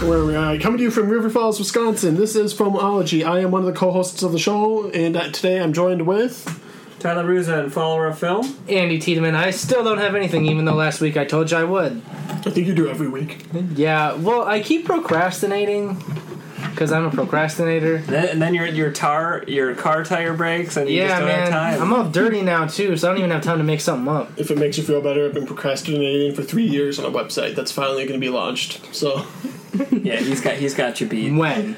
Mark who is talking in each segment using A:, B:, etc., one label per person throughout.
A: Where we are coming to you from River Falls, Wisconsin. This is Foamology. I am one of the co-hosts of the show, and uh, today I'm joined with.
B: Tyler Ruza and follower of film.
C: Andy Tiedemann, I still don't have anything, even though last week I told you I would.
A: I think you do every week.
C: Yeah, well, I keep procrastinating because I'm a procrastinator.
B: Then, and then your your tar your car tire breaks and you
C: yeah,
B: just don't
C: man,
B: have time.
C: I'm all dirty now too, so I don't even have time to make something up.
A: If it makes you feel better, I've been procrastinating for three years on a website that's finally going to be launched. So
B: yeah, he's got he's got you beat.
C: When?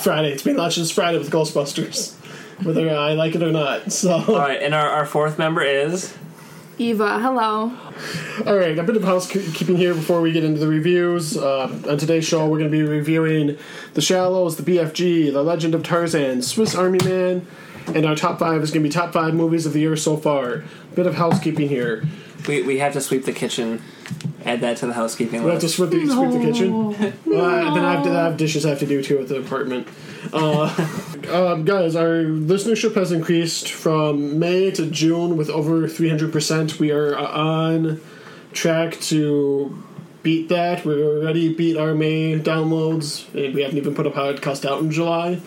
A: Friday, it's being launched this Friday with Ghostbusters, whether I like it or not.
B: All
A: So
B: right, and our, our fourth member is
D: Eva, hello.
A: all right, a bit of housekeeping here before we get into the reviews. Uh, on today's show, we're going to be reviewing The Shallows, The BFG, The Legend of Tarzan, Swiss Army Man. And our top five is going to be top five movies of the year so far. Bit of housekeeping here.
B: we, we have to sweep the kitchen. Add that to the housekeeping
A: We have
B: list.
A: to sweep the, sweep the kitchen. Uh, then I have, to, I have dishes I have to do too at the apartment. Uh, um, guys, our listenership has increased from May to June with over 300%. We are uh, on track to beat that. We already beat our May downloads, and we haven't even put a podcast out in July.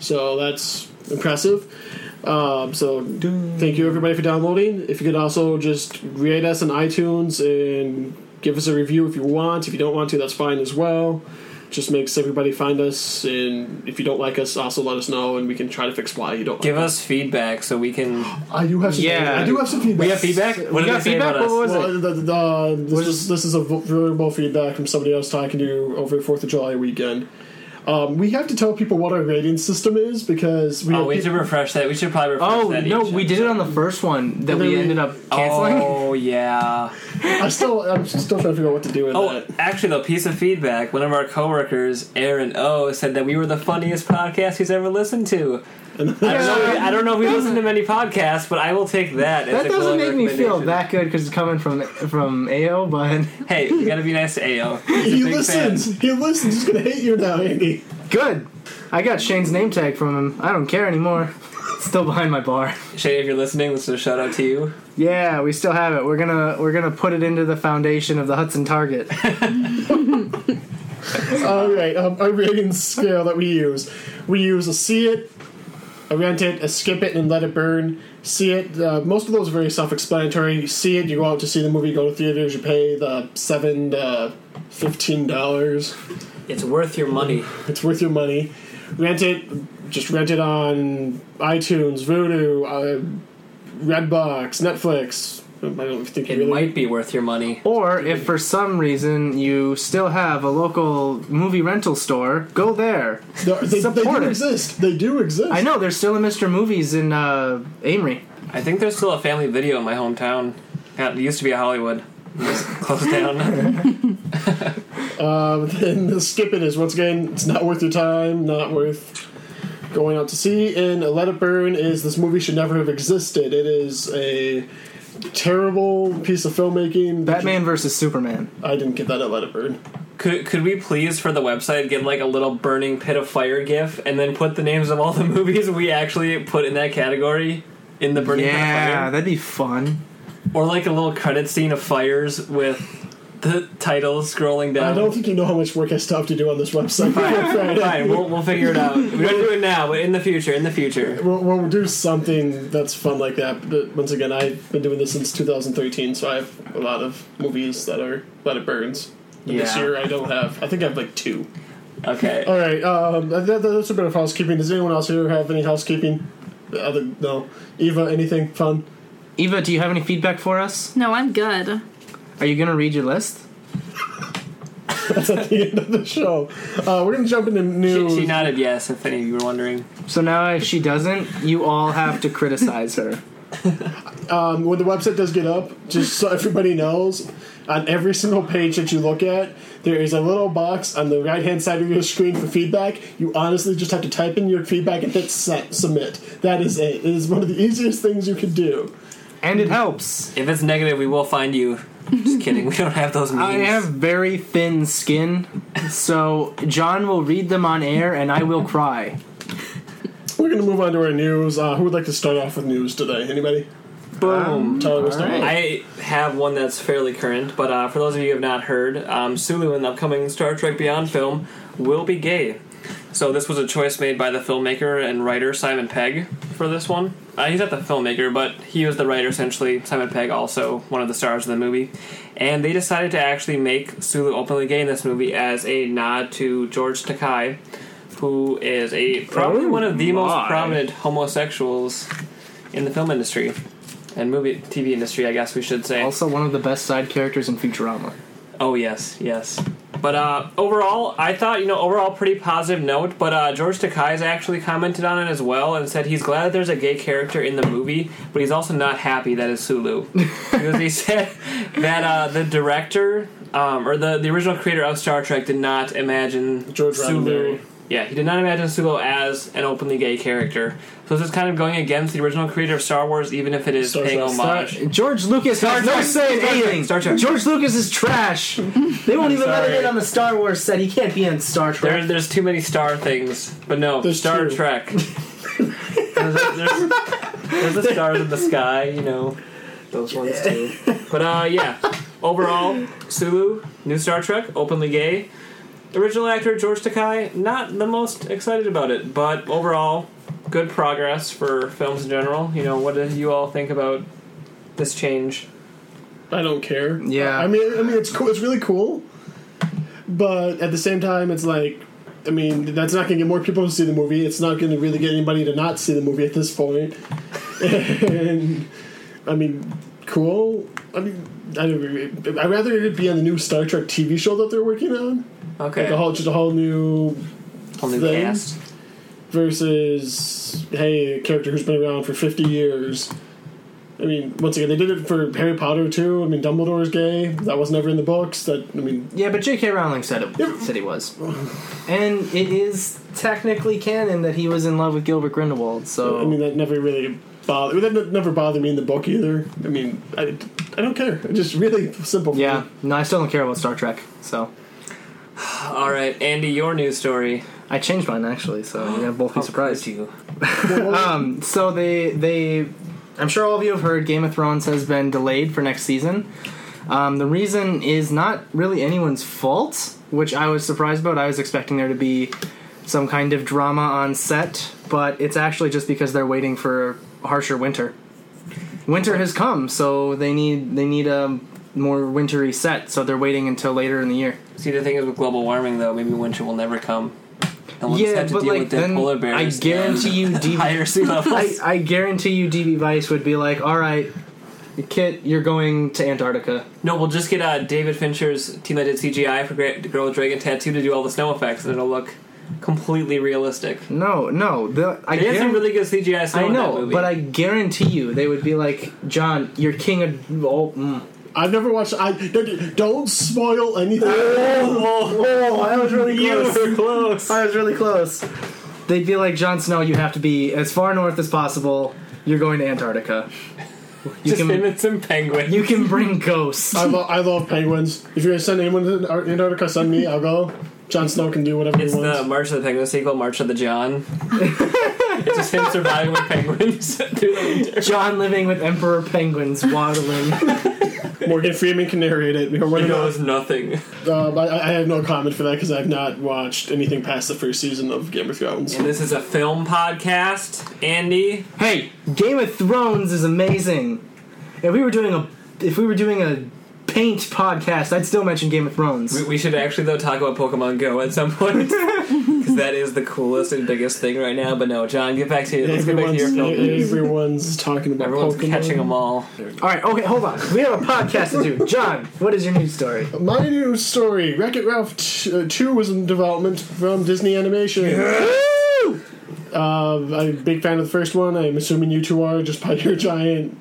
A: So that's impressive. Um, so thank you everybody for downloading. If you could also just rate us on iTunes and give us a review if you want. If you don't want to, that's fine as well. Just makes everybody find us, and if you don't like us, also let us know, and we can try to fix why you don't.
B: Give
A: like
B: us feedback so we can.
A: I do Ah, have some.
C: Yeah.
A: I do have some feedback.
B: We have feedback. What
C: we
B: did they
C: got
B: say
C: feedback.
B: about
C: What
B: us?
C: was it?
A: Well, the, the, uh, this, is, this is a vo- verbal feedback from somebody I was talking to over Fourth of July weekend. Um, we have to tell people what our rating system is because we
B: Oh,
A: have
B: we
A: peop-
B: should refresh that. We should probably refresh
C: Oh
B: that.
C: no,
B: each
C: we did it on the first one that we
A: we-
C: ended up canceling.
B: Oh yeah.
A: I still I'm still trying to figure out what to do with
B: Oh,
A: that.
B: actually, though, piece of feedback. One of our coworkers, Aaron O, said that we were the funniest podcast he's ever listened to. I don't know. I don't know if we listened to many podcasts, but I will take that. as
C: That
B: a glowing
C: doesn't make me feel
B: recommendation.
C: that good because it's coming from from AO, but
B: Hey, you gotta be nice to Ao. He's a
A: He
B: big
A: listens.
B: fan.
A: He listens. He's gonna hate you now, Andy.
C: good. I got Shane's name tag from him. I don't care anymore. It's still behind my bar.
B: Shay, if you're listening, this is a shout out to you.
C: Yeah, we still have it. We're gonna we're gonna put it into the foundation of the Hudson Target.
A: All right. Um, our rating scale that we use, we use a see it, a rent it, a skip it, and let it burn. See it. Uh, most of those are very self-explanatory. You see it. You go out to see the movie. You go to theaters. You pay the seven to fifteen dollars.
B: It's worth your money.
A: It's worth your money. Rent it. Just rent it on iTunes, Vudu, uh, Redbox, Netflix. I don't think you
B: It
A: really.
B: might be worth your money.
C: Or if for some reason you still have a local movie rental store, go there.
A: They, they, they
C: Support
A: do
C: it.
A: exist. They do exist.
C: I know there's still a Mr. Movies in uh, Amory.
B: I think there's still a family video in my hometown. God, It used to be a Hollywood. It's Closed down.
A: Uh, then the skip it is once again, it's not worth your time, not worth going out to see. And Let It Burn is this movie should never have existed. It is a terrible piece of filmmaking.
C: Batman versus Superman.
A: I didn't get that at Let It Burn.
B: could could we please for the website get like a little burning pit of fire gif and then put the names of all the movies we actually put in that category in the burning pit of
C: Yeah,
B: fire?
C: that'd be fun.
B: Or like a little credit scene of fires with the titles scrolling down.
A: I don't think you know how much work I still have to do on this website. Friday.
B: Fine, we'll, we'll figure it out. We don't do it now, but in the future, in the future.
A: We'll, we'll do something that's fun like that. But once again, I've been doing this since 2013, so I have a lot of movies that are Let It Burns. And This
B: Yeah.
A: year I don't have. I think I have like two.
B: Okay.
A: All right, um, that, that- that's a bit of housekeeping. Does anyone else here have any housekeeping? Other no, Eva, anything fun?
C: Eva, do you have any feedback for us?
D: No, I'm good.
C: Are you gonna read your list?
A: That's at the end of the show. Uh, we're gonna jump into
B: She,
A: news.
B: she nodded yes, if any of you were wondering.
C: So now if she doesn't, you all have to criticize her.
A: um, when the website does get up, just so everybody knows, on every single page that you look at, there is a little box on the right hand side of your screen for feedback. You honestly just have to type in your feedback and hit set, submit. That is it. It is one of the easiest things you can do.
C: And it helps.
B: If it's negative, we will find you. Just kidding, we don't have those memes.
C: I have very thin skin, so John will read them on air and I will cry.
A: We're gonna move on to our news. Uh, who would like to start off with news today? Anybody?
C: um,
B: Boom.
A: Telling us the
C: Alright.
B: I have one that's fairly current, but uh, for those of you who have not heard, um, Sulu in the upcoming Star Trek Beyond film will be gay. So this was a choice made by the filmmaker and writer Simon Pegg for this one. Uh, he's not the filmmaker, but he was the writer essentially. Simon Pegg, also one of the stars of the movie, and they decided to actually make Sulu openly gay in this movie as a nod to George Takei, who is a probably
C: Oh,
B: one of the
C: my.
B: most prominent homosexuals in the film industry and movie TV industry, I guess we should say.
C: Also, one of the best side characters in Futurama.
B: Oh yes, yes. But uh, overall, I thought you know overall pretty positive note. But uh, George Takei's actually commented on it as well and said he's glad that there's a gay character in the movie, but he's also not happy that it's Sulu because he said that uh, the director um, or the the original creator of Star Trek did not imagine
A: George
B: Sulu.
A: Roddenberry.
B: Yeah, he did not imagine Sulu as an openly gay character. So this is kind of going against the original creator of Star Wars, even if it is
A: So
B: paying
A: that's
B: homage.
C: George Lucas has no
B: Trek.
C: say in
B: Star Trek.
C: anything.
B: Star Trek.
C: George Lucas is trash. They won't even let
B: sorry.
C: it in on the Star Wars set. He can't be in Star Trek.
B: There, there's too many star things, but no,
A: There's
B: Star
A: two.
B: Trek. there's, there's, there's the stars in the sky, you know, those ones too. But uh, yeah, overall, Sulu, new Star Trek, openly gay. Original actor George Takei, not the most excited about it, but overall, good progress for films in general. You know, what do you all think about this change?
A: I don't care.
C: Yeah.
A: I mean, I mean, it's cool. It's really cool, but at the same time, it's like, I mean, that's not going to get more people to see the movie. It's not going to really get anybody to not see the movie at this point. and I mean, cool. I mean, I don't, I'd rather it be on the new Star Trek TV show that they're working on,
B: Okay,
A: like a whole, just a whole new
B: whole new
A: thing.
B: cast.
A: versus hey, a character who's been around for fifty years. I mean, once again, they did it for Harry Potter too. I mean, Dumbledore's gay. That was never in the books. That I mean,
C: yeah, but J.K. Rowling said it. Said he was, and it is technically canon that he was in love with Gilbert Grindelwald. So
A: I mean that never really bothered. That n- never bothered me in the book either. I mean, I, I don't care. It's just really simple. for
C: yeah,
A: me.
C: no, I still don't care about Star Trek. So
B: All right, Andy, your news story.
C: I changed mine actually. So you have both be surprised.
B: you.
C: Um, so they they, I'm sure all of you have heard Game of Thrones has been delayed for next season. Um, the reason is not really anyone's fault, which I was surprised about. I was expecting there to be some kind of drama on set, but it's actually just because they're waiting for a harsher winter. Winter has come, so they need they need a more wintry set. So they're waiting until later in the year.
B: See, the thing is with global warming, though, maybe winter will never come. And we'll just
C: yeah,
B: have to
C: but
B: deal
C: like
B: with dead
C: then
B: polar
C: I
B: bears.
C: guarantee you,
B: and
C: DV
B: higher sea levels.
C: I, I guarantee you DB Vice would be like, all right, Kit, you're going to Antarctica.
B: no, we'll just get uh, David Fincher's team that did CGI for Gra- Girl with Dragon Tattoo to do all the snow effects, and it'll look completely realistic.
C: No, no. The, I,
B: They had some
C: guarantee,
B: really good CGI snow
C: I
B: in that
C: know,
B: movie.
C: but I guarantee you they would be like, John, you're king of. Oh, mm.
A: I've never watched. I don't, don't spoil anything.
C: oh, I was really
B: you were close.
C: I was really close. They'd be like, Jon Snow, you have to be as far north as possible. You're going to Antarctica. You
B: Just him
C: can,
B: and some penguin.
C: you can bring ghosts.
A: I, lo- I love penguins. If you're gonna send anyone to Ar- Antarctica, send me. I'll go. Jon Snow can do whatever
B: It's
A: he
B: the
A: wants.
B: March of the Penguin sequel, March of the John. it's just him surviving with penguins through the winter.
C: John living with emperor penguins waddling.
A: Morgan Freeman can narrate it. We're
B: He
A: running out-
B: knows nothing.
A: Um, I, I have no comment for that because I've not watched anything past the first season of Game of Thrones.
B: This is a film podcast, Andy.
C: Hey, Game of Thrones is amazing. If we were doing a if we were doing a paint podcast, I'd still mention Game of Thrones.
B: We, we should actually though talk about Pokemon Go at some point because that is the coolest and biggest thing right now. But no, John, get back to you. Let's get back to your
A: Everyone's,
B: film. news.
A: everyone's talking about
B: Everyone's
A: Pokemon. Uh,
B: catching them all.
C: All right, okay, hold on. We have a podcast to do. John, what is your news story?
A: My new story, Wreck It Ralph t- uh, 2 was in development from Disney Animation. Um, I'm a big fan of the first one. I'm assuming you two are just by your giant.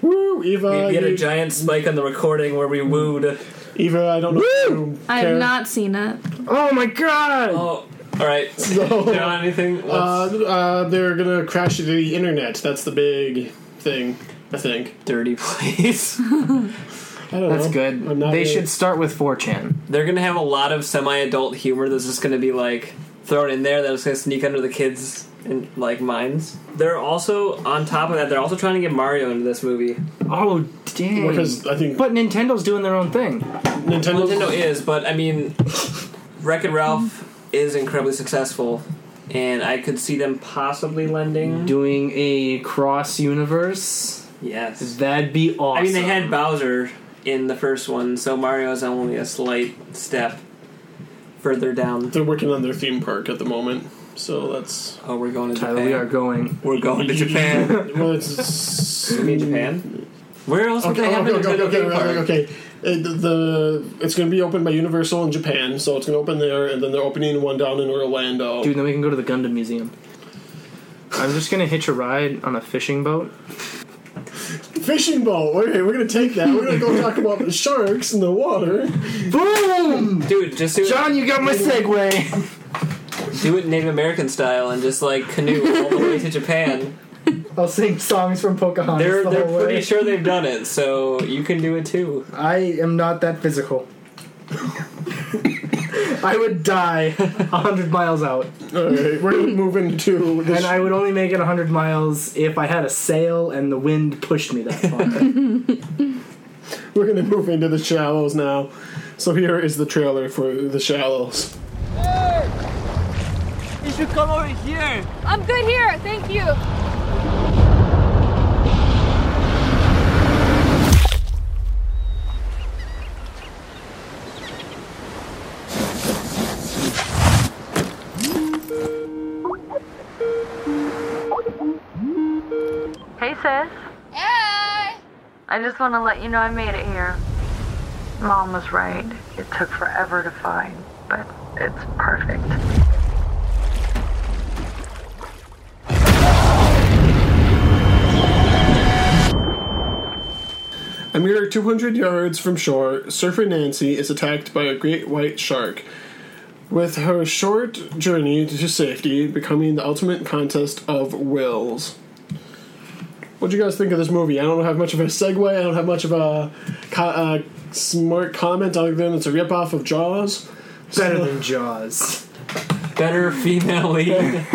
A: Woo! Eva,
B: We had
A: you-
B: a giant spike on the recording where we wooed.
A: Eva, I don't know if
C: Woo!
A: you
D: I
A: care.
D: have not seen it.
C: Oh my god!
B: Oh, all right.
A: So-
B: John, anything? What's,
A: Uh, uh, they're gonna crash the internet. That's the big thing, I think.
B: dirty place.
A: I don't
C: That's
A: know.
C: good.
A: I'm not
C: They
A: really-
C: should start with 4chan.
B: They're gonna have a lot of semi-adult humor that's just gonna be like thrown in there that's gonna sneak under the kids' and like minds. They're also on top of that. They're also trying to get Mario into this movie.
C: Oh dang!
A: Because I think
C: but Nintendo's doing their own thing.
A: Nintendo,
B: Nintendo is, but I mean, Wreck It Ralph is incredibly successful, and I could see them possibly lending.
C: Doing a cross universe.
B: yes,
C: That'd be awesome.
B: I mean they had Bowser in the first one, so Mario's only a slight step further down.
A: they're working on their theme park at the moment. So that's
B: Oh, we're going to
C: Tyler,
B: Japan.
C: we are going.
B: We're going to Japan.
A: well, it's
B: I mean Japan. Where else would
A: Okay,
B: they have
A: okay,
B: a
A: okay,
B: Nintendo
A: okay,
B: theme
A: okay,
B: park?
A: okay. It, the it's going to be opened by Universal in Japan, so it's going to open there, and then they're opening one down in Orlando.
C: Dude, then we can go to the Gundam Museum. I'm just gonna hitch a ride on a fishing boat.
A: Fishing boat. Okay, we're going to take that. We're going to go talk about the sharks in the water.
C: Boom!
B: Dude, just do
C: John, you got my segue.
B: do it Native American style and just like canoe all the way to Japan.
C: I'll sing songs from Pocahontas
B: They're
C: the
B: they're
C: whole
B: pretty
C: way.
B: sure they've done it, so you can do it too.
C: I am not that physical. I would die a hundred miles out,
A: All right, we're moving to the
C: and I would only make it a hundred miles if I had a sail and the wind pushed me that far.
A: We're gonna move into the shallows now. So here is the trailer for the shallows.
E: I'm good here, thank you.
F: Hey, sis.
E: Hey!
F: I just want to let you know I made it here. Mom was right. It took forever to find, but it's perfect.
A: A mere 200 yards from shore, surfer Nancy is attacked by a great white shark. With her short journey to safety becoming the ultimate contest of wills. What do you guys think of this movie? I don't have much of a segue. I don't have much of a co- uh, smart comment other than it's a ripoff of Jaws.
C: Better than Jaws.
B: Better female lead.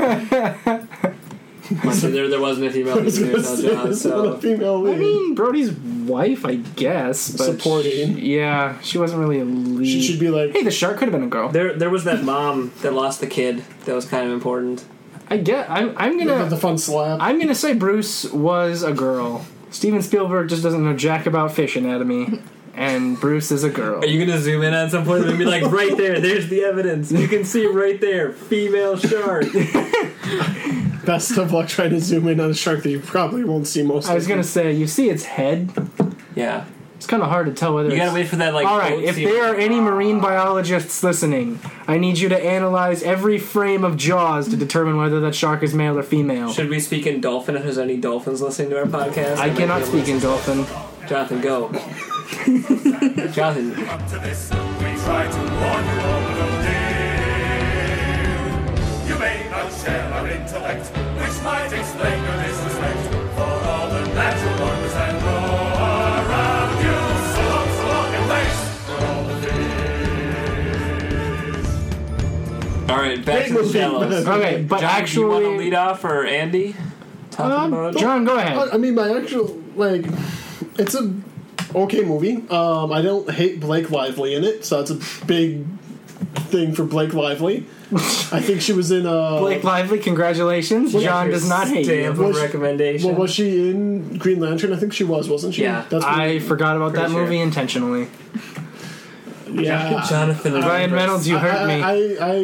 B: Must be there there wasn't a female lead in Nintendo Jaws,
A: It's not a
B: so
A: female lead.
C: I mean, Brody's wife, I guess, but
A: Supporting.
C: she- yeah, she wasn't really a lead.
A: she should be like
C: Hey, the shark could have been a girl.
B: there there was that mom that lost the kid that was kind of important.
C: I get. I'm. I'm
A: the,
C: gonna.
A: the fun slap.
C: I'm gonna say Bruce was a girl. Steven Spielberg just doesn't know jack about fish anatomy, and Bruce is a girl.
B: Are you gonna zoom in at some point and be like, right there, there's the evidence. You can see right there, female shark.
A: Best of luck trying to zoom in on a shark that you probably won't see most.
C: I was
A: of
C: gonna
A: the-
C: say, you see its head.
B: Yeah.
C: It's kind of hard to tell whether.
B: You
C: it's,
B: gotta wait for that like
C: All right,
B: boat
C: if
B: scene.
C: there are any marine biologists listening, I need you to analyze every frame of Jaws to determine whether that shark is male or female.
B: Should we speak in dolphin if there's any dolphins listening to our podcast?
C: I cannot speak in dolphin.
B: Jonathan, go. Jonathan,
G: up to this. We try to warn you all, but oh dear. You may not share our intellect, which might explain your disrespect for all the natural wonders that roar around you. So long, so long, and thanks for all the
B: alright, back
A: Big
B: to the
A: movie.
B: shallows.
C: Okay, but
B: John, do you want to
C: actually,
B: lead off or Andy? Talking
C: um,
B: about
C: John, go
B: Oh,
C: ahead.
A: I I mean, my actual like, it's a okay movie. Um, I don't hate Blake Lively in it, so that's a big thing for Blake Lively. I think she was in uh,
C: Blake Lively, congratulations. John does not hate you.
B: Stamp of
A: Was-
B: recommendation.
A: Well, was she in Green Lantern? I think she was, wasn't she?
B: Yeah.
A: That's what-
C: I forgot about that
B: Pretty sure.
C: movie intentionally.
A: yeah.
B: Jonathan and
C: Ryan
B: Ambrose.
C: Reynolds, you
B: uh,
C: hurt me.
A: I, I, I, I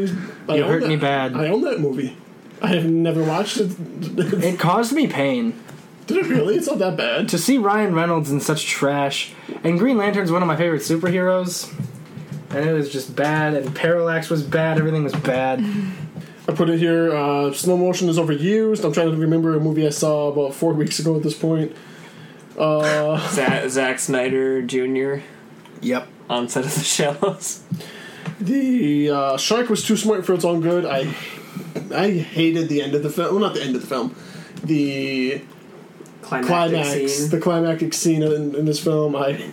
C: You
A: own
C: hurt
A: that-
C: me bad.
A: I own that movie. I have never watched it. Did
C: It caused me pain
A: it really? It's not that bad.
C: to see Ryan Reynolds in such trash. And Green Lantern's one of my favorite superheroes. And it was just bad, and Parallax was bad, everything was bad.
A: I put it here. Uh, slow motion is overused. I'm trying to remember a movie I saw about four weeks ago at this point.
B: Za- Zack Snyder Jr.
C: Yep.
B: on set of the shallows.
A: The uh, shark was too smart for its own good. I I hated the end of the film. Well, not the end of the film. The
B: Climactic
A: climax,
B: scene.
A: the climactic scene in, in this film. I,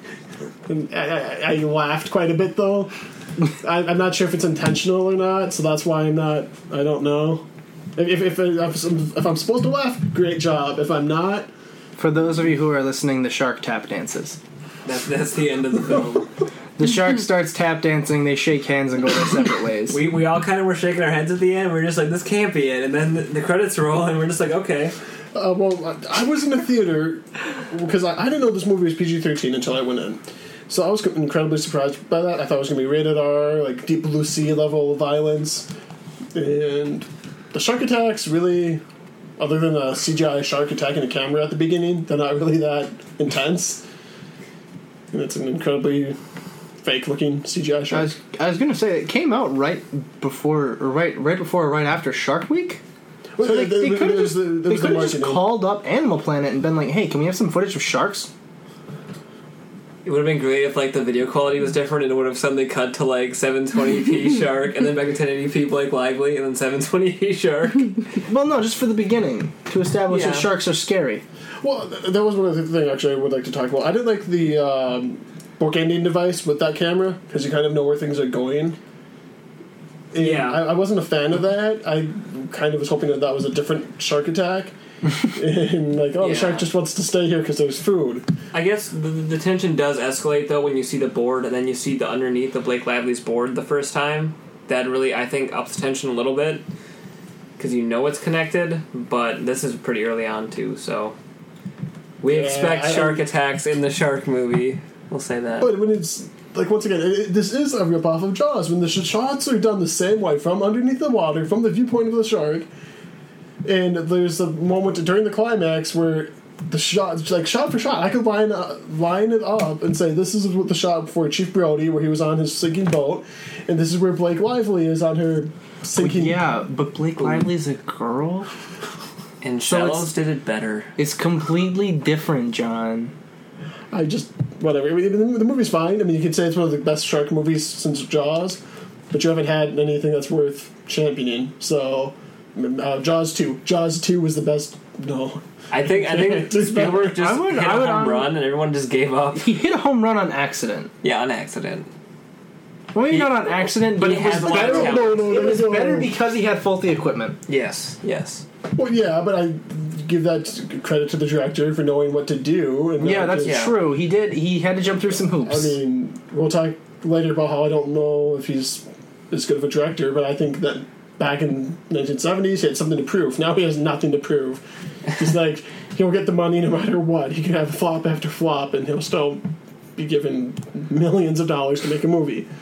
A: I, I I laughed quite a bit though. I, I'm not sure if it's intentional or not, so that's why I'm not. I don't know. If, if, if, I'm, if I'm supposed to laugh, great job. If I'm not,
C: For those of you who are listening, the shark tap dances.
B: That's, that's the end of the film.
C: The shark starts tap dancing. They shake hands and go their separate ways.
B: We, we all kind of were shaking our heads at the end. We are just like, this can't be it. And then the, the credits roll, and we're just like, okay.
A: Uh, well, I- I was in a theater because I, I didn't know this movie was PG 13 until I went in. So I was incredibly surprised by that. I thought it was going to be rated R, like Deep Blue Sea level violence. And the shark attacks really, other than a CGI shark attacking a camera at the beginning, they're not really that intense. And it's an incredibly fake looking CGI
C: I
A: shark.
C: was, I was gonna say it came out right before, or right, right before, or right after Shark Week.
A: Well,
C: So they,
A: there-
C: they
A: there-
C: could have
A: there
C: just,
A: was the- there
C: they
A: was the
C: could have just
A: marketing.
C: called up Animal Planet and been like, "Hey, can we have some footage of sharks?"
B: It would have been great if like the video quality was different, and it would have suddenly cut to like 720p shark, and then back to 1080p Blake Lively, and then 720p shark.
C: Well, no, just for the beginning to establish that
B: Yeah.
C: sharks are scary.
A: Well, th- that was one other thing actually I would like to talk about. I did like the um, bookending device with that camera because you kind of know where things are going. And
B: Yeah.
A: I, I wasn't a fan of that. I kind of was hoping that that was a different shark attack. and like, oh, the
B: Yeah.
A: shark just wants to stay here because there's food.
B: I guess the, the tension does escalate though when you see the board, and then you see the underneath of Blake Lively's board the first time. That really, I think, ups the tension a little bit because you know it's connected. But this is pretty early on too, so we
A: Yeah,
B: expect
A: I-
B: shark attacks in the shark movie. We'll say that.
A: But when it's like once again, it, it- this is a ripoff of Jaws when the sh- shots are done the same way from underneath the water, from the viewpoint of the shark. And there's a moment during the climax where the shot, like shot for shot, I could line uh, line it up and say this is what the shot for Chief Brody, where he was on his sinking boat, and this is where Blake Lively is on her sinking.
C: Yeah, but Blake Lively's a girl.
B: and
C: so it's-
B: Shallows did it better.
C: It's completely different, John.
A: I just whatever. I mean, the, the movie's fine. I mean, you could say it's one of the best shark movies since Jaws, but you haven't had anything that's worth championing. So, uh, Jaws two, Jaws two was the best. No,
B: I think I think
A: Just better.
B: Spielberg just
C: I would-
B: hit a
C: I would
B: home
C: hon-
B: run, and everyone just gave up.
C: He hit a home run on accident.
B: Yeah, on accident.
C: Well, maybe not on accident, but
B: he
C: it was
B: has a lot
C: better.
B: of talent.
A: no, no,
C: It was
A: no.
C: better because he had faulty equipment.
B: Yes, yes.
A: Well, yeah, but I give that credit to the director for knowing what to do. And
C: Yeah,
A: not
C: that's
A: just-
B: Yeah.
C: true. He did. He had to jump through some
A: I
C: hoops.
A: mean, we'll talk later about how I don't know if he's as good of a director, but I think that back in 1970s he had something to prove. Now he has nothing to prove. He's like he'll get the money no matter what. He can have flop after flop, and he'll still be given millions of dollars to make a movie.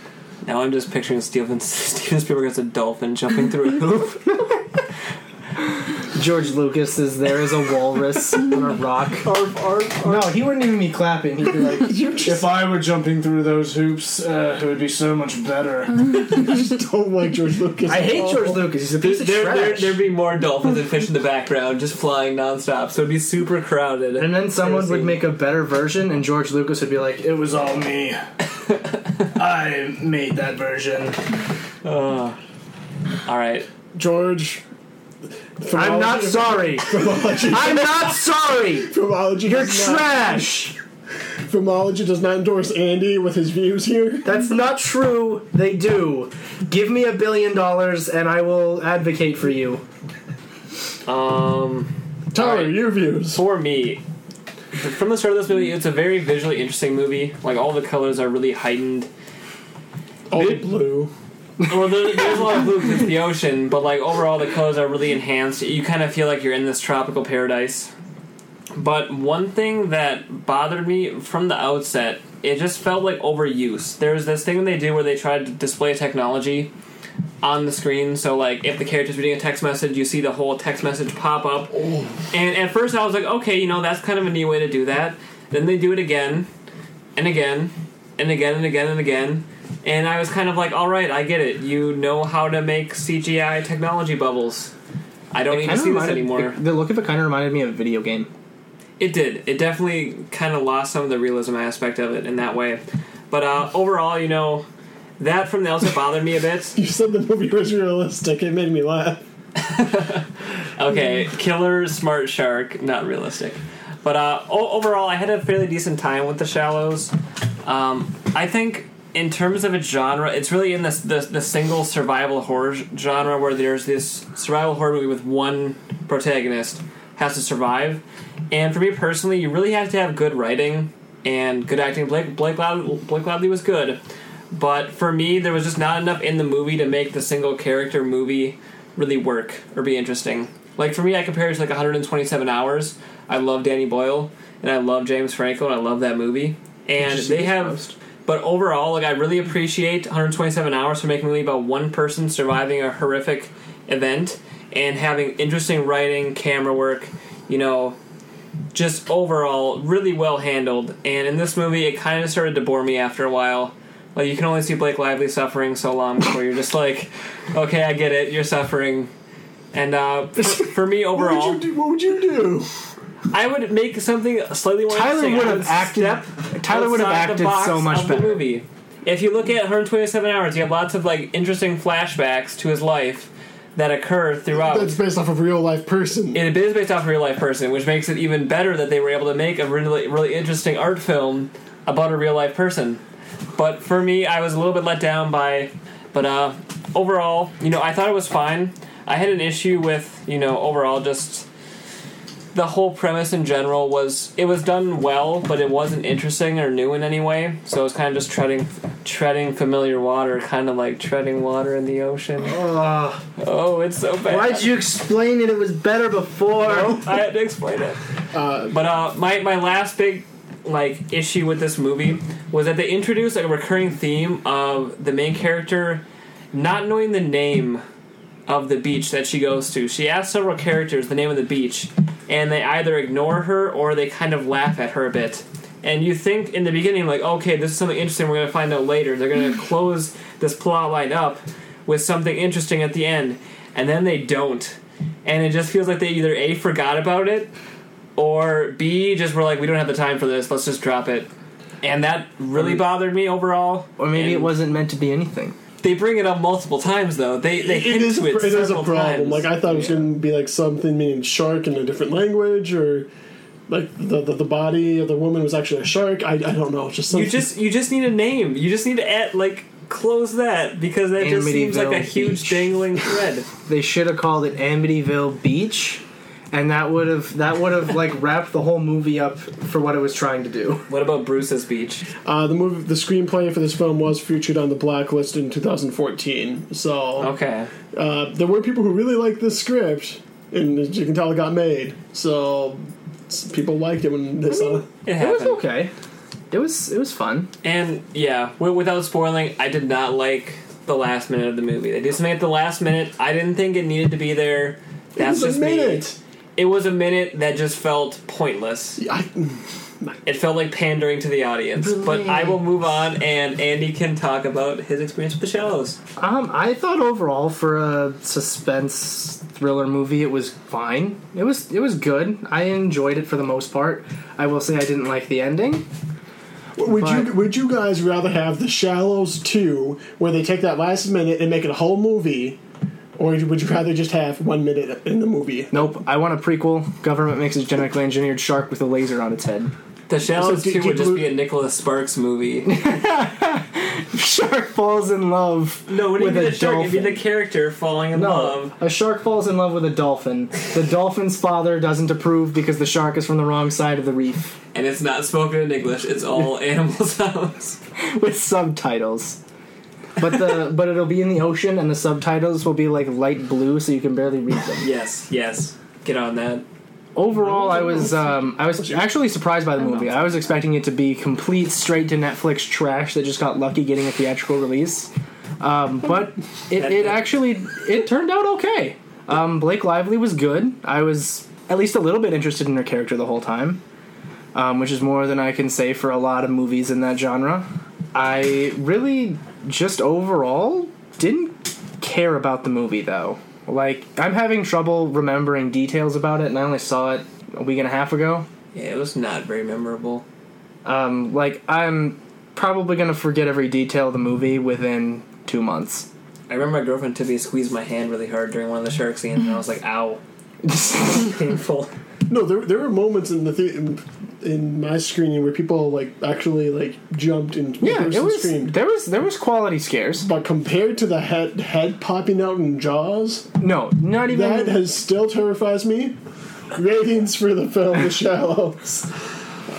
B: Now I'm just picturing Steven Steven Spielberg as a dolphin jumping through a hoop.
C: George Lucas is there as a walrus on a rock. No, he wouldn't even be clapping. He'd be like,
H: If I were jumping through those hoops, uh, it would be so much better.
A: I just don't like George Lucas.
C: I
A: at
C: hate
A: all.
C: George Lucas. He's a
B: There,
C: piece of
B: there, there,
C: trash.
B: there'd be more dolphins and fish in the background, just flying nonstop. So it'd be super crowded.
C: and then someone would
B: Seriously.
C: make a better version, and George Lucas would be like,
H: It was all me. I made that version.
B: All right,
A: George.
C: I'm not sorry.
A: Filmology,
C: I'm not sorry.
A: filmology,
C: You're
A: does not,
C: trash.
A: filmology does not endorse Andy with his views here.
C: That's not true. They do. Give me a billion dollars, and I will advocate for you.
B: um,
A: Tyler,
B: Alright.
A: your views.
B: for me, from the start of this movie, it's a very visually interesting movie. Like all the colors are really heightened.
A: All blue.
B: Well, there, there's a lot of blue 'cause it's the ocean, but like overall, the colors are really enhanced. You kind of feel like you're in this tropical paradise. But one thing that bothered me from the outset, it just felt like overuse. There's this thing they do where they try to display technology on the screen. So like, if the character's reading a text message, you see the whole text message pop up. And at first, I was like, okay, you know, that's kind of a neat way to do that. Then they do it again, and again, and again, and again, and again. And I was kind of like, all right, I get it. You know how to make CGI technology bubbles. I don't need to see this anymore.
C: The look of it kind of reminded me of a video game.
B: It did. It definitely kind of lost some of the realism aspect of it in that way. But uh, overall, you know, that from the outset bothered me a bit.
A: You said the movie was realistic. It made me laugh.
B: Okay, killer smart shark, not realistic. But uh, o- overall, I had a fairly decent time with the shallows. Um, I think in terms of a genre, it's really in this the, the single survival horror g- genre where there's this survival horror movie with one protagonist has to survive. And for me personally, you really have to have good writing and good acting. Blake Blake Loud, Blake Loudley was good, but for me, there was just not enough in the movie to make the single character movie really work or be interesting. Like for me, I compare it to like 127 Hours. I love Danny Boyle and I love James Franco and I love that movie. And
A: Just
B: they
A: the
B: have,
A: most.
B: but overall, like I really appreciate 127 Hours for making a movie about one person surviving a horrific event and having interesting writing, camera work, you know, just overall really well handled. And in this movie, it kind of started to bore me after a while. Like you can only see Blake Lively suffering so long before you're just like, okay, I get it, you're suffering. And uh, for, for me overall,
A: What would you do? What would you do?
B: I would make something slightly more.
C: Tyler
B: interesting. I
C: would have acted-
B: Step
C: Tyler would have
B: outside the
C: acted
B: box
C: so much
B: of The
C: better.
B: movie. If you look at 127 hours, you have lots of like interesting flashbacks to his life that occur throughout.
A: That's based off of real life person.
B: And it is based off a real life person, which makes it even better that they were able to make a really, really interesting art film about a real life person. But for me, I was a little bit let down by. But uh, overall, you know, I thought it was fine. I had an issue with, you know, overall just the whole premise in general was it was done well, but it wasn't interesting or new in any way. So it was kind of just treading, treading familiar water, kind of like treading water in the ocean.
C: Ugh.
B: Oh, it's so bad.
C: why'd you explain it? It was better before.
B: I had to explain it.
A: Uh,
B: But uh, my my last big like issue with this movie was that they introduced a recurring theme of the main character not knowing the name of the beach that she goes to. She asks several characters the name of the beach, and they either ignore her or they kind of laugh at her a bit. And you think in the beginning, like, okay, this is something interesting. We're going to find out later. They're going to close this plot line up with something interesting at the end, and then they don't. And it just feels like they either a forgot about it, or B just were like, we don't have the time for this. Let's just drop it. And that really bothered me overall.
C: Or maybe it
B: And
C: wasn't meant to be anything.
B: They bring it up multiple times though. They they
A: it
B: hint
A: is,
B: to it.
A: it is a
B: several
A: problem.
B: times.
A: Like I thought it was going to be like something meaning shark in a different language, or like the the, the body of the woman was actually a shark. I, I don't know. It's just something.
B: You just you just need a name. You just need to add like close that because that just seems like a
C: Amityville
B: huge
C: Beach.
B: dangling thread.
C: They should have called it Amityville Beach, and that would have that would have like wrapped the whole movie up for what it was trying to do.
B: what about Bruce's beach?
A: uh, the movie the screenplay for this film was featured on the blacklist in 2014. So
B: Okay.
A: uh, there were people who really liked this script, and as you can tell, it got made. So s- people liked it when they saw it.
B: It
C: It was
B: happened.
C: okay. It was it was fun.
B: And yeah, wi- without spoiling, I did not like the last minute of the movie. They did something at the last minute. I didn't think it needed to be there. That's
A: it was
B: just
A: a minute.
B: me. It was a minute that just felt pointless.
A: I-
B: It felt like pandering to the audience. But I will move on, and Andy can talk about his experience with The Shallows.
C: Um, I thought overall for a suspense thriller movie, it was fine. It was it was good. I enjoyed it for the most part. I will say I didn't like the ending.
A: Would you
C: But-
A: would you guys rather have The Shallows two, where they take that last minute and make it a whole movie, or would you rather just have one minute in the movie?
C: Nope. I want a prequel. Government makes a genetically engineered shark with a laser on its head.
B: The Shallows
A: So do-
B: 2
A: do
B: would just
A: you-
B: be a Nicholas Sparks movie.
C: Shark falls in love.
B: No, it
C: with
B: wouldn't be
C: a
B: the shark, it'd be
C: dolphin.
B: the character falling in
C: No,
B: love.
C: a shark falls in love with a dolphin. The dolphin's father doesn't approve because the shark is from the wrong side of the reef
B: And it's not spoken in English, it's all animal sounds.
C: with subtitles. But the but it'll be in the ocean and the subtitles will be like light blue so you can barely read them.
B: Yes, yes. Get on that.
C: Overall, I was um, I was actually surprised by the movie. I was expecting it to be complete straight to Netflix trash that just got lucky getting a theatrical release. Um, but it, it actually it turned out okay. Um, Blake Lively was good. I was at least a little bit interested in her character the whole time, um, which is more than I can say for a lot of movies in that genre. I really just overall didn't care about the movie though. Like I'm having trouble remembering details about it, and I only saw it a week and a half ago.
B: Yeah, it was not very memorable.
C: Um, like I'm probably gonna forget every detail of the movie within two months.
B: I remember my girlfriend Tiffany squeezed my hand really hard during one of the shark scenes, and I was like, ow, painful.
A: No, there, there were moments in the th- in, in my screening where people like actually like jumped and the
C: Yeah, it
A: person
C: was
A: screamed.
C: there was there was quality scares.
A: But compared to the head head popping out in Jaws,
C: No, not even
A: that has still terrifies me. Ratings for the film The Shallows.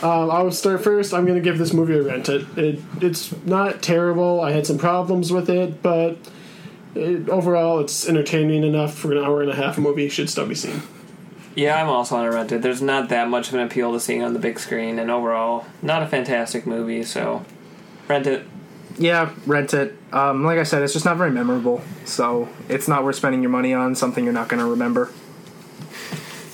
A: Um, I will start first. I'm going to give this movie a rent. It, it it's not terrible. I had some problems with it, but it, overall, it's entertaining enough for an hour and a half movie. Should still be seen.
B: Yeah, I'm also on a rent it. There's not that much of an appeal to seeing it on the big screen, and overall, not a fantastic movie. So, rent it.
C: Yeah, rent it. Um, like I said, it's just not very memorable, so it's not worth spending your money on something you're not going to remember.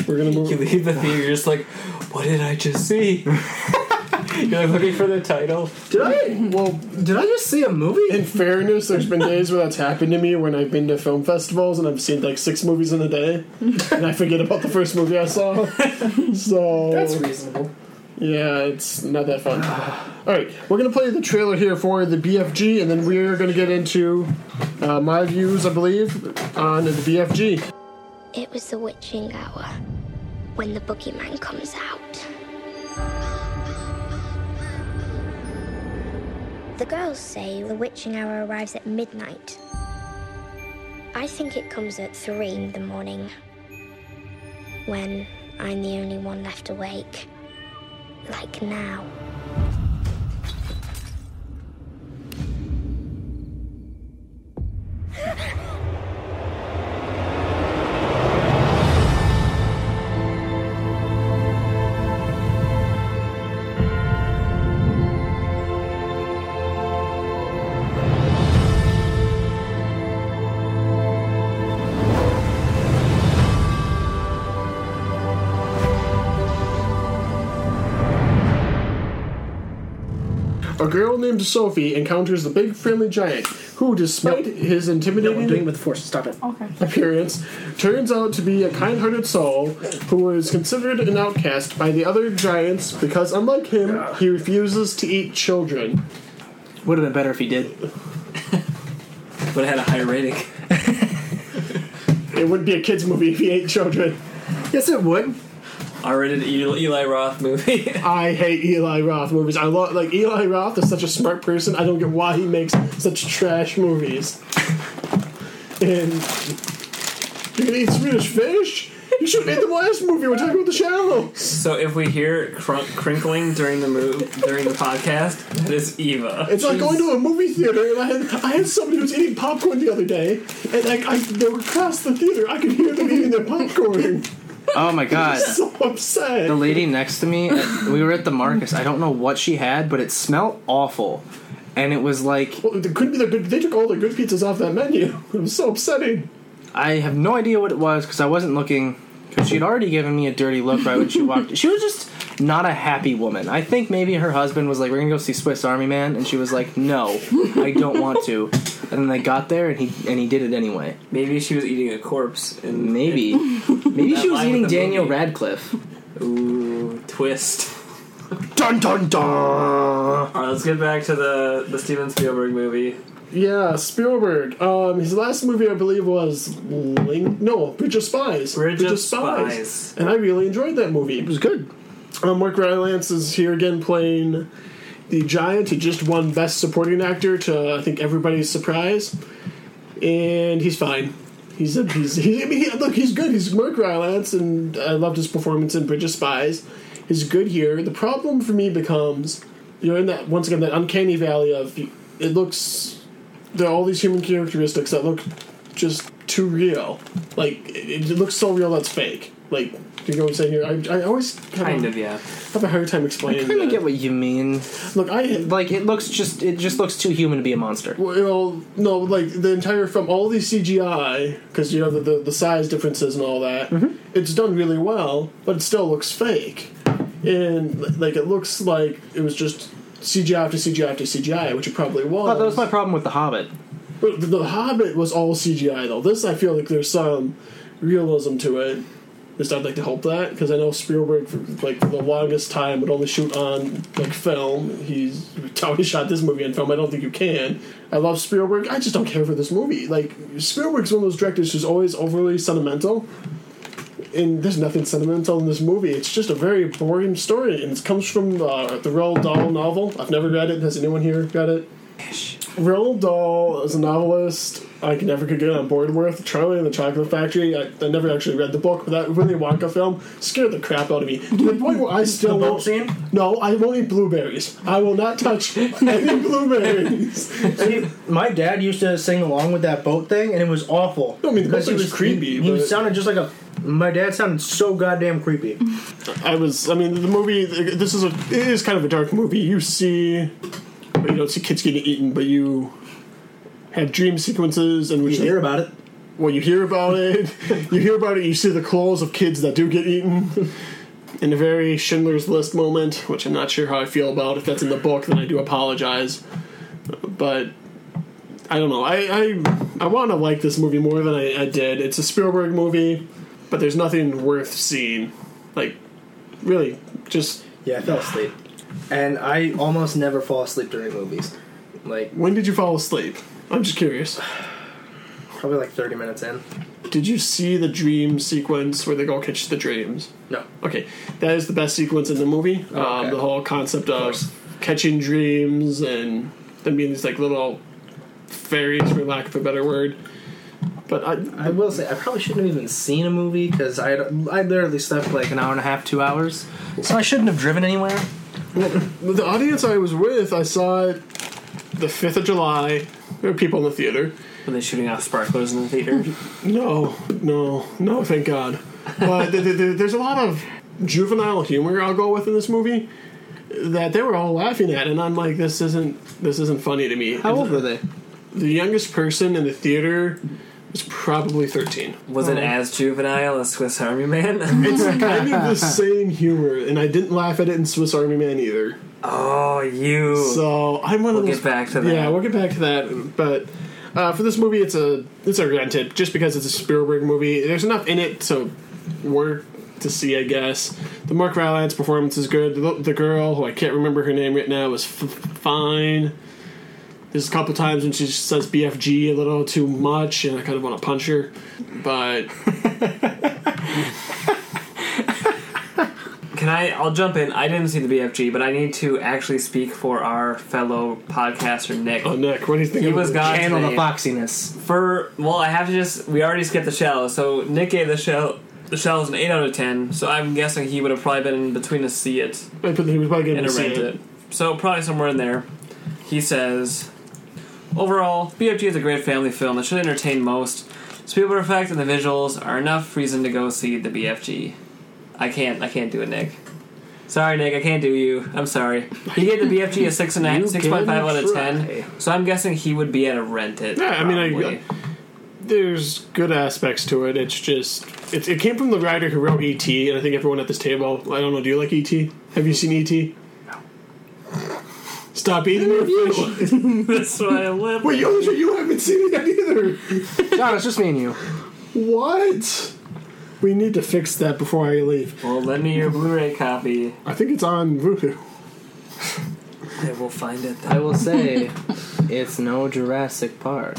A: We're going to
B: You
A: move.
B: leave the theater, you're just like, what did I just see? you're like looking for the title.
C: Did I? Well, did I just see a movie?
A: In fairness, there's been days where that's happened to me when I've been to film festivals and I've seen like six movies in a day, and I forget about the first movie I saw. So
C: reasonable.
A: Yeah, it's not that fun. All right, we're gonna play the trailer here for the BFG, and then we're gonna get into uh, my views, I believe, on the BFG.
I: It was the witching hour when the boogeyman comes out. The girls say the witching hour arrives at midnight. I think it comes at three in the morning when I'm the only one left awake. Like now.
A: A girl named Sophie encounters the big friendly giant, who, despite his intimidating
J: with force. Stop it.
D: Okay.
A: appearance, turns out to be a kind-hearted soul who is considered an outcast by the other giants because, unlike him, he refuses to eat children.
C: Would have been better if he did.
B: But it had a high rating.
A: It wouldn't be a kids' movie if he ate children.
C: Yes, it would.
B: R rated Eli, E-, Eli Roth movie.
A: I hate Eli Roth movies. I love like Eli Roth is such a smart person. I don't get why he makes such trash movies. And you're gonna eat Swedish fish? You should have made the last movie. We're talking about the shallows.
B: so, if we hear crunk, crinkling during the move, during the podcast, that is Eva.
A: It's like going to a movie theater, and I had I had somebody who was eating popcorn the other day, and like I, they were across the theater. I could hear them eating their popcorn.
C: Oh my god.
A: So upset.
C: The lady next to me, at- we were at the Marcus. I don't know what she had, but it smelled awful, and it was like
A: Well, it couldn't be their good. They took all their good pizzas off that menu. It was so upsetting.
C: I have no idea what it was because I wasn't looking. Because she had already given me a dirty look right when she walked. She was just not a happy woman. I think maybe her husband was like, "We're gonna go see Swiss Army Man," and she was like, "No, I don't want to." And then they got there, and he and he did it anyway.
B: Maybe she was eating a corpse. And,
C: Maybe, maybe she was
B: line with
C: eating
B: the
C: Daniel
B: movie.
C: Radcliffe.
B: ooh, twist.
C: Dun dun dun.
B: All right, let's get back to the the Steven Spielberg movie.
A: Yeah, Spielberg. Um, his last movie, I believe, was Link. No, Bridge of Spies.
B: Bridge of Spies.
A: And I really enjoyed that movie. It was good. Um, Mark Rylance is here again playing the giant. He just won Best Supporting Actor to I think everybody's surprise, and he's fine. He's a, he's he, I mean, he- look he's good. He's Mark Rylance, and I loved his performance in Bridge of Spies. He's good here. The problem for me becomes you're in that once again that uncanny valley of it looks there are all these human characteristics that look just too real. Like it, it looks so real that's fake. Like do you know what I'm saying here? I, I always
B: Kind of, yeah.
A: have a hard time explaining.
C: I kind
A: that.
C: of get what you mean.
A: Look, I
C: Like it looks just it just looks too human to be a monster.
A: well, no, like the entire from all the CGI because you know the, the the size differences and all that. It's done really well, but it still looks fake, and like it looks like it was just CGI after CGI after CGI, which it probably was.
C: But that was my problem with The Hobbit.
A: But the Hobbit was all CGI though. This I feel like there's some realism to it. Just I'd like to hope that because I know Spielberg for like for the longest time would only shoot on like film. He's totally shot this movie on film. I don't think you can. I love Spielberg. I just don't care for this movie. Like Spielberg's one of those directors who's always overly sentimental. and there's nothing sentimental in this movie. It's just a very boring story, and it comes from uh, the Roald Dahl novel. I've never read it. Has anyone here read it? Roald Dahl is a novelist I never could get on board with. Charlie and the Chocolate Factory. I, I never actually read the book, but that Willy Wonka film scared the crap out of me to the point where I still
C: boat
A: won't-
C: scene?
A: No, I will eat blueberries. I will not touch any blueberries.
C: See,
J: My dad used to sing along with that boat thing, and it was awful.
A: I mean, the boat
J: Because he
A: thing's
J: was-
A: creepy,
J: He, he
A: but-
J: sounded just like a. My dad sounded so goddamn creepy.
A: I was. I mean, the movie. This is a. It is kind of a dark movie. You see, you don't see kids getting eaten, but you have dream sequences in which
J: You hear about it.
A: well, you hear about it. you hear about it. You see the claws of kids that do get eaten. In a very Schindler's List moment, which I'm not sure how I feel about. If that's in the book, then I do apologize. But I don't know. I I, I want to like this movie more than I, I did. It's a Spielberg movie, but there's nothing worth seeing. Like, really, just
J: Yeah, I fell asleep, and I almost never fall asleep during movies. Like
A: when did you fall asleep? I'm just curious.
J: probably like thirty minutes in.
A: Did you see the dream sequence where they go catch the dreams?
J: No,
A: Okay, that is the best sequence in the movie. um,
J: okay.
A: the whole concept of, catching dreams and them being these like little fairies, for lack of a better word. But I,
J: I will say I probably shouldn't have even seen a movie because I had- I literally slept like an hour and a half, two hours, so I shouldn't have driven anywhere.
A: the audience I was with, I saw it the fifth of July. There were people in the theater.
B: Were they shooting off sparklers in the theater?
A: No, no, no, thank God. But th- th- th- there's a lot of juvenile humor I'll go with in this movie that they were all laughing at, and I'm like, this isn't this isn't funny to me.
J: How old were they?
A: The youngest person in the theater was probably 13.
B: Was it as juvenile as Swiss Army Man?
A: It's kind of the same humor, and I didn't laugh at it in Swiss Army Man either.
B: oh, you.
A: So I'm one of
B: We'll
A: those.
B: get back to that.
A: Yeah, we'll get back to that. But uh, for this movie, it's a it's a rented just because it's a Spielberg movie. There's enough in it to work to see, I guess. The Mark Rylance performance is good. The, the girl, who I can't remember her name right now, is f- fine. There's a couple times when she says BFG a little too much, and I kind of want to punch her. But
B: Can I? I'll jump in. I didn't see the BFG, but I need to actually speak for our fellow podcaster Nick.
A: oh, Nick, what do you think?
B: He
A: of
B: was
A: it?
B: gone
J: Channel the
B: today.
J: foxiness.
B: For well, I have to just. We already skipped the shell, so Nick gave the shell. The shell is an eight out of ten, so I'm guessing he would have probably been in between a see it
A: I put- He was probably getting
B: and a
A: to see
B: rent
A: it.
B: it. So probably somewhere in there. He says, overall, BFG is a great family film that should entertain most. Spielberg effect and the visuals are enough reason to go see the BFG. I can't. I can't do it, Nick. Sorry, Nick. I can't do you. I'm sorry. He gave the BFG a six and a
A: You
B: half, six point five
A: can
B: out of
A: try.
B: ten. So I'm guessing he would be at a rent it.
A: Yeah, I mean, I-
B: probably.
A: there's good aspects to it. It's just it, it came from the writer who wrote ET, and I think everyone at this table. I don't know. Do you like ET? Have you seen ET? No. Stop eating your fish.
B: that's why I live.
A: Wait, you, you haven't seen it yet either.
C: John, it's just me and you.
A: What? We need to fix that before I leave.
B: Well, lend me your Blu-ray copy.
A: I think it's on Vudu.
B: I will find it.
C: I
B: Then.
C: will say, it's no Jurassic Park.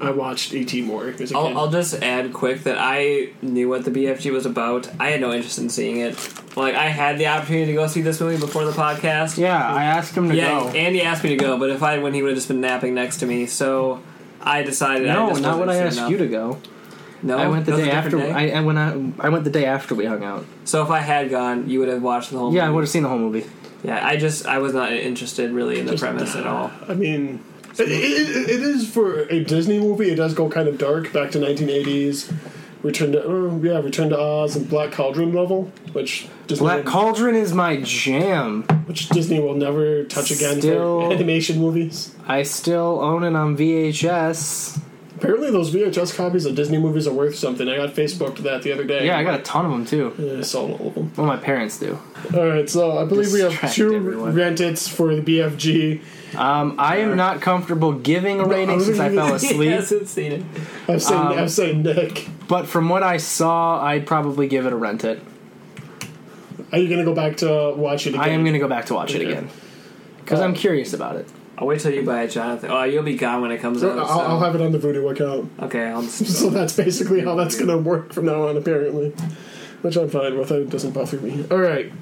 A: I watched ET more as a kid.
B: I'll, I'll just add quick that I knew what the BFG was about. I had no interest in seeing it. Like I had the opportunity to go see this movie before the podcast.
C: Yeah, I asked him to
B: yeah.
C: go.
B: Andy asked me to go, but if I when he would have just been napping next to me, so I decided. I
C: no,
B: just
C: not
B: wasn't
C: when I asked
B: interested
C: you
B: enough.
C: to go.
B: No,
C: I went the
B: that was
C: day
B: a
C: after.
B: different
C: I, I went. out- I went the day after we hung out.
B: so if I had gone, you would have watched the whole.
C: Yeah, I
B: movie.
C: would have seen the whole movie.
B: Yeah, I just I was not interested really in the premise at all.
A: I mean, it, it, it, it is for a Disney movie. It does go kind of dark, back to 1980s. Return to oh, yeah, Return to Oz and Black Cauldron level, which Disney
C: Black Cauldron is my jam.
A: which Disney will never touch again
C: Still-
A: for animation movies.
C: I still own it on VHS.
A: Apparently, those VHS copies of Disney movies are worth something. I got Facebooked that the other day.
C: Yeah, I got a ton of them too.
A: Yeah, I saw all of them.
C: Well, my parents do.
A: All right, so I believe we have
C: Distract
A: two
C: everyone.
A: rent-its for the BFG.
C: Um, I am not comfortable giving a rating since I fell asleep.
B: yes, it's seen it.
A: I've seen,
C: Um,
A: I've seen Nick.
C: But from what I saw, I'd probably give it a rent it.
A: Are you going to go back to watch it again?
C: I am going to go back to watch it
A: Okay.
C: Uh, again because I'm curious about it.
B: I'll wait till you buy it, Jonathan. Oh, you'll be gone when it comes out.
A: I'll,
B: so-
A: I'll have it on the Voodoo account.
B: okay, I'll just
A: So that's basically how that's going to work from now on, apparently. Which I'm fine with. It doesn't bother me. All right.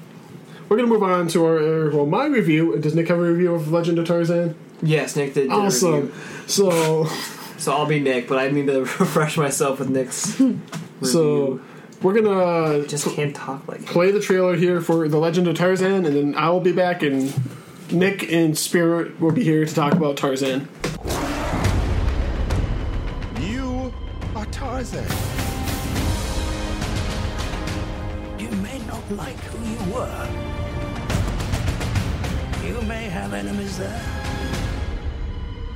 A: We're going to move on to our, well, my review. Does Nick have a review of Legend of Tarzan?
B: Yes, Nick did. did a
A: Awesome.
B: review.
A: So,
B: So I'll be Nick, but I need to refresh myself with Nick's.
A: so we're going to
B: Just can't talk like
A: play the trailer here for The Legend of Tarzan, and then I'll be back, and Nick and Spirit will be here to talk about Tarzan.
K: You are Tarzan. You may not like who you were. You may have enemies there.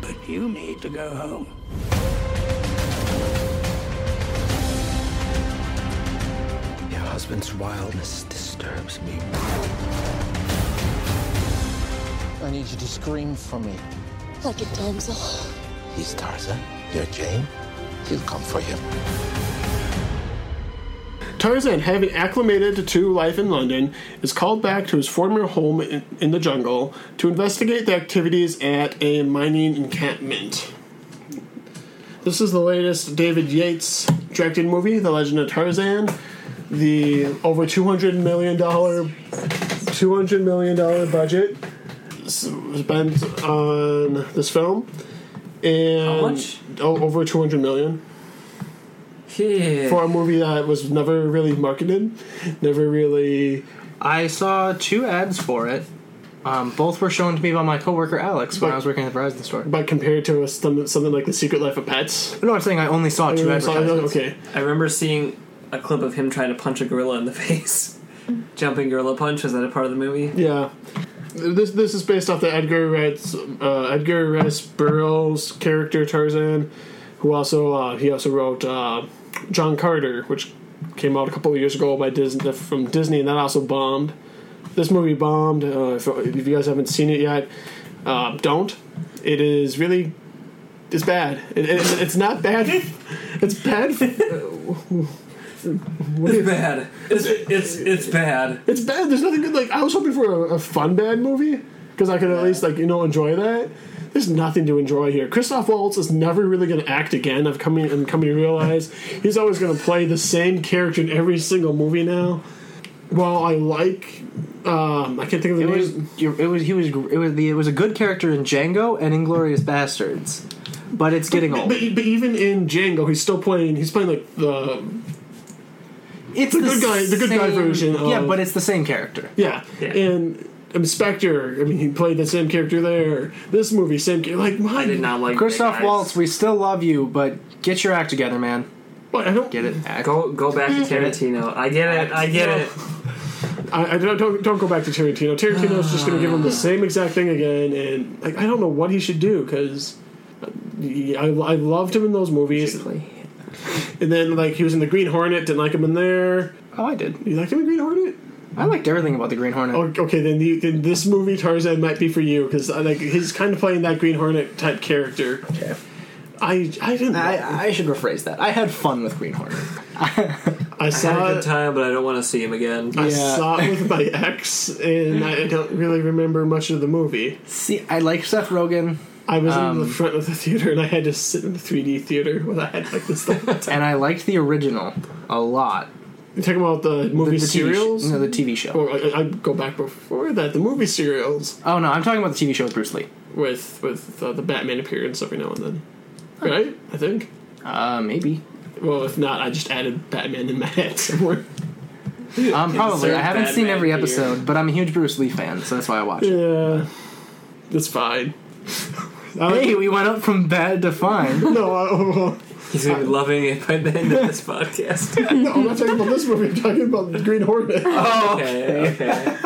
K: But you need to go home. Your husband's wildness disturbs me. I need you to scream for me.
L: Like a damsel.
K: He's Tarzan. You're Jane. He'll come for you.
A: Tarzan, having acclimated to life in London, is called back to his former home in, in the jungle to investigate the activities at a mining encampment. This is the latest David Yates directed movie, The Legend of Tarzan, the over two hundred million dollar two hundred million dollar budget spent on this film, and
B: How much?
A: Oh, over two hundred million
B: Yeah.
A: for a movie that was never really marketed, never really.
C: I saw two ads for it. Um, both were shown to me by my coworker Alex when
A: But-
C: I was working at the Verizon store.
A: But compared to a, some- something like The Secret Life of Pets, Um,
C: No, I'm saying I only saw
B: Oh,
A: I
C: two
A: only saw-
C: advertisements.
A: okay.
B: I remember seeing a clip of him trying to punch a gorilla in the face. Jumping gorilla punch is that a part of the movie?
A: yeah, this this is based off the Edgar Rice uh, Edgar Rice Burroughs character Tarzan, who also uh, he also wrote uh, John Carter, which came out a couple of years ago by Disney from Disney, and that also bombed. This movie bombed. Uh, if, if you guys haven't seen it yet, uh, don't. It is really it's bad. It, it, it's not bad. It's bad.
B: It's bad. It's it's it's bad.
A: It's bad. There's nothing good. Like I was hoping for a, a fun bad movie because I could at least like you know enjoy that. There's nothing to enjoy here. Christoph Waltz is never really going to act again. I've coming I'm coming to realize he's always going to play the same character in every single movie now. While I like, um, I can't think of the
C: It
A: name.
C: was you- it was he was gr- it was the, it was a good character in Django and Inglorious Bastards, but it's getting
A: but,
C: old.
A: but even in Django, he's still playing. He's playing like the
C: It's
A: the good guy- the good guy
C: same-
A: version
C: Yeah,
A: of-
C: but it's the same character.
A: Yeah. And Inspector, I mean, he played the same character there. This movie, same character. Like, my.
B: I did not like
C: Christoph
B: Big Eyes.
C: Waltz, we still love you, but get your act together, man.
A: What? I don't.
C: Get it? Act.
B: Go go back to Tarantino. I get it. I get it.
A: I, I don't, don't don't go back to Tarantino. Tarantino's just going to give him the same exact thing again, and like I don't know what he should do because I, I loved him in those movies, and then like he was in the Green Hornet, didn't like him in there.
C: Oh, I did.
A: You liked him in Green Hornet?
C: I liked everything about the Green Hornet.
A: Oh, okay, then, you, then this movie Tarzan might be for you because like he's kind of playing that Green Hornet type character.
C: Okay.
A: I I didn't.
C: I, I should rephrase that. I had fun with Green Hornet.
A: I
B: I had a
A: saw
B: good
A: it.
B: time, but I don't want to see him again.
A: I
C: Yeah.
A: saw it with my ex, and I don't really remember much of the movie.
C: See, I like Seth Rogen,
A: I was in
C: Um,
A: the front of the theater and I had to sit in the 3D theater with a head like this. the whole time.
C: and I liked the original a lot.
A: You're talking about the
C: The,
A: movie
C: the
A: serials?
C: TV sh- no, the TV show.
A: Or I, I go back before that, the movie serials
C: Oh no, I'm talking about the TV show with Bruce Lee.
A: with with uh, the Batman appearance every now and then, right? I think.
C: Uh, maybe.
A: Well, if not, I just added Batman in my head somewhere.
C: Um, probably. I
B: Insert
C: haven't seen
B: Batman
C: every
B: here.
C: episode, but I'm a huge Bruce Lee fan, so that's why I watch it.
A: Yeah, that's fine. I like-
C: Hey, we went up from bad to fine.
A: no, I, oh,
B: He's gonna be loving it by the end of this podcast.
A: no, I'm not talking about this movie. I'm talking about the Green Hornet.
B: Oh. okay, okay.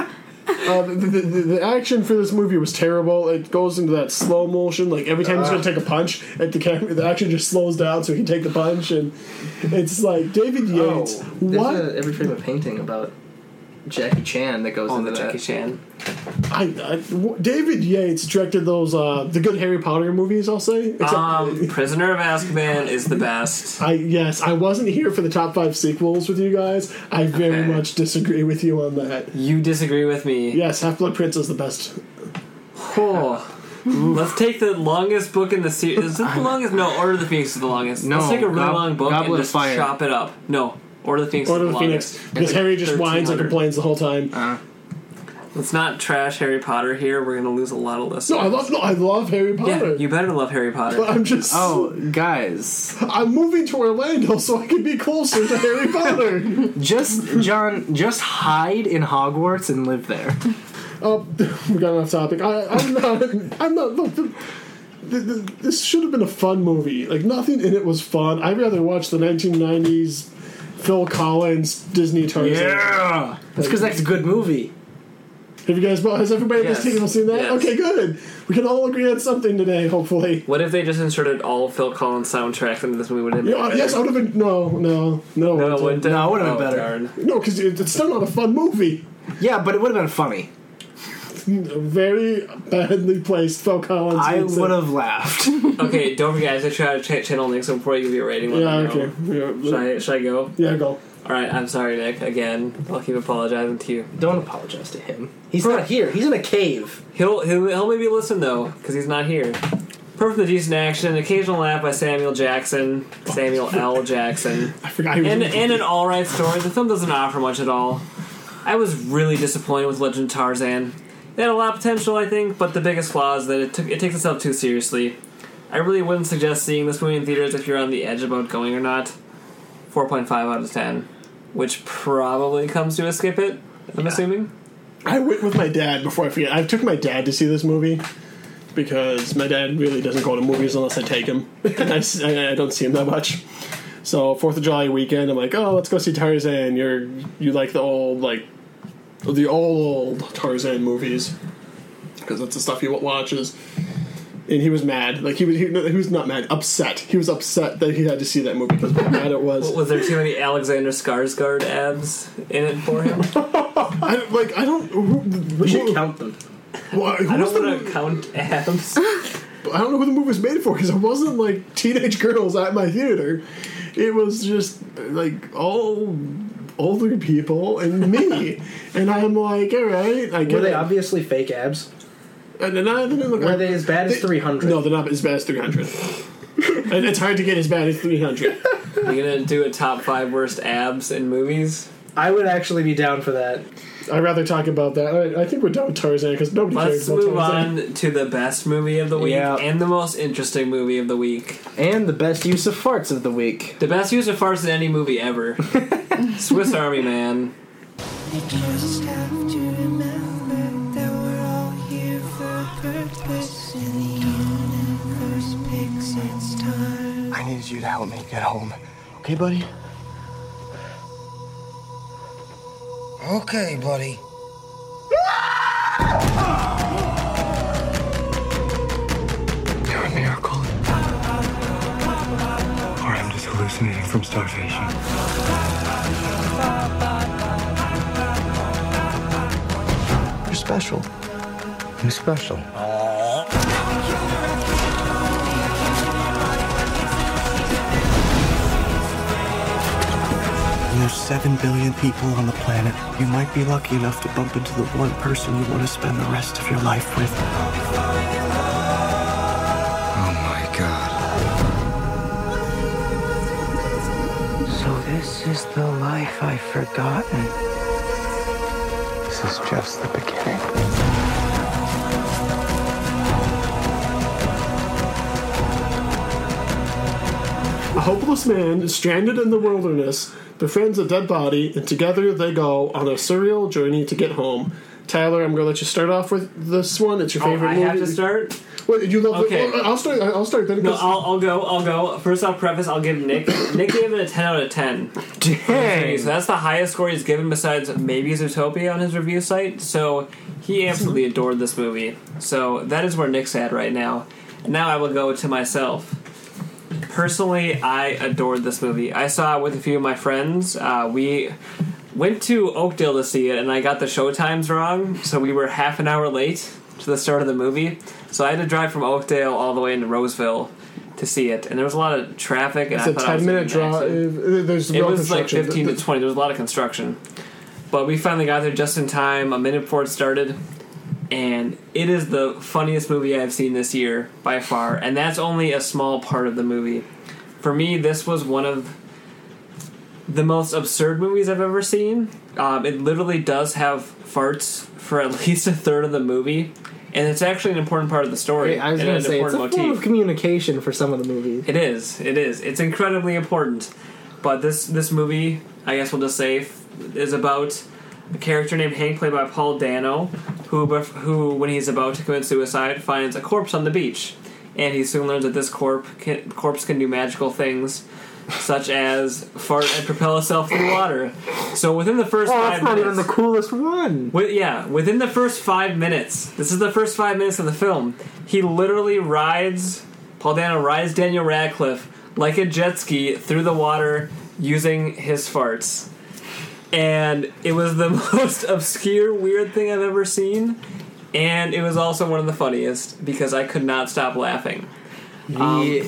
A: Uh, the, the, the the action for this movie was terrible. It goes into that slow motion. Like every time he's going to take a punch at the camera, the action just slows down so he can take the punch. And it's like David Yates. what?
C: Oh, There's a, every frame a painting about Jackie Oh, Chan that goes
B: On
C: into
B: the Jackie
C: that.
B: Chan.
A: I, I- w- David Yates directed those uh, the good Harry Potter movies. I'll say. Except,
B: Um, Prisoner of Azkaban is the best.
A: I yes, I wasn't here for the top five sequels with you guys. I very
B: Okay.
A: much disagree with you on that.
B: You disagree with me?
A: Yes, Half Blood Prince is the best.
B: Cool. Let's take the longest book in the series. Is it the longest? No, Order of the Phoenix is the longest.
C: No,
B: Let's take a really
C: Gob-
B: long book
C: Goblet
B: and
C: of
B: just
C: Fire.
B: chop it up. No, Order of the Phoenix
A: Order
B: is
A: of
B: the
A: the
B: longest.
A: Phoenix. Because Harry just whines and
B: 1300.
A: complains the whole time.
C: Uh,
B: Let's not trash Harry Potter here. We're going to lose a lot of listeners.
A: No, I love no, I love Harry Potter.
B: Yeah, you better love Harry Potter.
A: But I'm just- Oh,
C: guys.
A: I'm moving to Orlando so I can be closer to Harry Potter.
C: Just John, just hide in Hogwarts and live there.
A: Oh, we got off topic. I, I'm not. I'm not. Look, th- th- th- this should have been a fun movie. Like nothing in it was fun. I'd rather watch the 1990s Phil Collins Disney Tarzan.
C: Yeah. That's 'cause that's a good movie.
A: Have you guys? Has everybody at
B: Yes.
A: this table seen that?
B: Yes.
A: Okay, good. We can all agree on something today, hopefully.
B: What if they just inserted all Phil Collins soundtracks into this movie? Would it have
A: You know,
B: been
A: yes, I
B: better?
A: would have been. No, no, no.
B: No, it wouldn't have? No, it would have been
A: Oh,
B: better.
A: darn. No, because it's still not a fun movie.
C: Yeah, but it would have been funny.
A: Very badly placed Phil Collins.
B: I
A: makes it.
B: would have
C: laughed.
B: okay, don't forget, I have to try to ch- channel Nick, so before you give you a rating, let
A: Yeah,
B: me know.
A: okay. Yeah.
B: Should I, should I go?
A: Yeah, go.
B: Alright, I'm sorry, Nick. Again, I'll keep apologizing to you.
C: Don't apologize to him. He's not here. He's in a cave.
B: He'll, he'll, he'll maybe listen, though, because he's not here. Perfectly decent action, occasional laugh by Samuel Jackson, Samuel L. Jackson.
A: I forgot. he was
B: and,
A: in-
B: and an alright story. The film doesn't offer much at all. I was really disappointed with Legend of Tarzan. It had a lot of potential, I think, but the biggest flaw is that it, took, it takes itself too seriously. I really wouldn't suggest seeing this movie in theaters if you're on the edge about going or not. 4.5 out of 10, which probably comes to a skip it, I'm assuming.
A: I went with my dad before I forget. I took my dad to see this movie because my dad really doesn't go to movies unless I take him. and I, s- I- I don't see him that much. So Fourth of July weekend, I'm like, oh, let's go see Tarzan. You're you like the old like the old Tarzan movies because that's the stuff he watches. And he was mad. Like he was he, no, he was not mad, upset. He was upset that he had to see that movie because how mad it was.
B: Was there too many Alexander Skarsgård abs in it for him?
A: I, like I don't. Who, we should
C: count them.
A: Well,
B: I don't want to count abs.
A: I don't know who the movie was made for because it wasn't like teenage girls at my theater. It was just like all older people and me, and I'm like, all right, I get
C: Were they
A: it.
C: obviously fake abs?
A: And then I didn't look.
C: Were they as bad as 300?
A: No, they're not as bad as 300. and it's hard to get as bad as 300.
B: Are you gonna do a top five worst abs in movies?
C: I would actually be down for that.
A: I'd rather talk about that. I, I think we're done with Tarzan because nobody cares
B: Let's
A: about
B: move
A: Tarzan.
B: on to the best movie of the week
C: Yeah.
B: and the most interesting movie of the week.
C: And the best use of farts of the week.
B: The best use of farts in any movie ever. Swiss Army Man.
L: Just have to remember that we're all here for a purpose, and the universe picks its time.
M: I needed you to help me get home. Okay, buddy? Okay, buddy.
N: You're a miracle. Or I'm just hallucinating from starvation.
M: You're special. You're special. And there's seven billion people on the planet. You might be lucky enough to bump into the one person you want to spend the rest of your life with.
N: Oh my god.
M: So this is the life I've forgotten. This is just the beginning.
A: A hopeless man is stranded in the wilderness, befriends a dead body, and together they go on a surreal journey to get home. Tyler, I'm going to let you start off with this one. It's your
B: Oh,
A: favorite
B: I
A: movie.
B: have to start.
A: Wait, you love
B: Okay.
A: well, I'll start. I'll start. Then
B: No, I'll, I'll go. I'll go. First, I'll preface. I'll give Nick. Nick gave it a ten out of ten. Dang. So that's the highest score he's given besides maybe Zootopia on his review site. So he absolutely adored this movie. So that is where Nick's at right now. Now I will go to myself. Personally, I adored this movie. I saw it with a few of my friends. Uh, we went to Oakdale to see it, and I got the show times wrong, so we were half an hour late to the start of the movie. So I had to drive from Oakdale all the way into Roseville to see it, and there was a lot of traffic. And
A: it's
B: I
A: a
B: thought I was
A: ten minute
B: gonna
A: drive.
B: get an accident.
A: Uh, There's
B: It
A: road
B: was like
A: construction.
B: fifteen to twenty. There was a lot of construction, but we finally got there just in time. A minute before it started, and it is the funniest movie I've seen this year by far, and that's only a small part of the movie. For me, this was one of the most absurd movies I've ever seen. Um, it literally does have farts for at least a third of the movie, and it's actually an important part of the story.
C: I was
B: and
C: going
B: an
C: to say it's a
B: important
C: form
B: motif.
C: of communication for some of the movies.
B: It is. It is. It's incredibly important. But this this movie, I guess we'll just say, f- is about a character named Hank, played by Paul Dano, who bef- who when he's about to commit suicide finds a corpse on the beach, and he soon learns that this corp can, corpse can do magical things. Such as fart and propel itself through water. So within the first
C: Oh,
B: five
C: that's not
B: minutes,
C: even the coolest one.
B: Wi- yeah, within the first five minutes, this is the first five minutes of the film. He literally rides Paul Dano rides Daniel Radcliffe like a jet ski through the water using his farts, and it was the most obscure, weird thing I've ever seen. And it was also one of the funniest because I could not stop laughing.
C: The,
B: Um,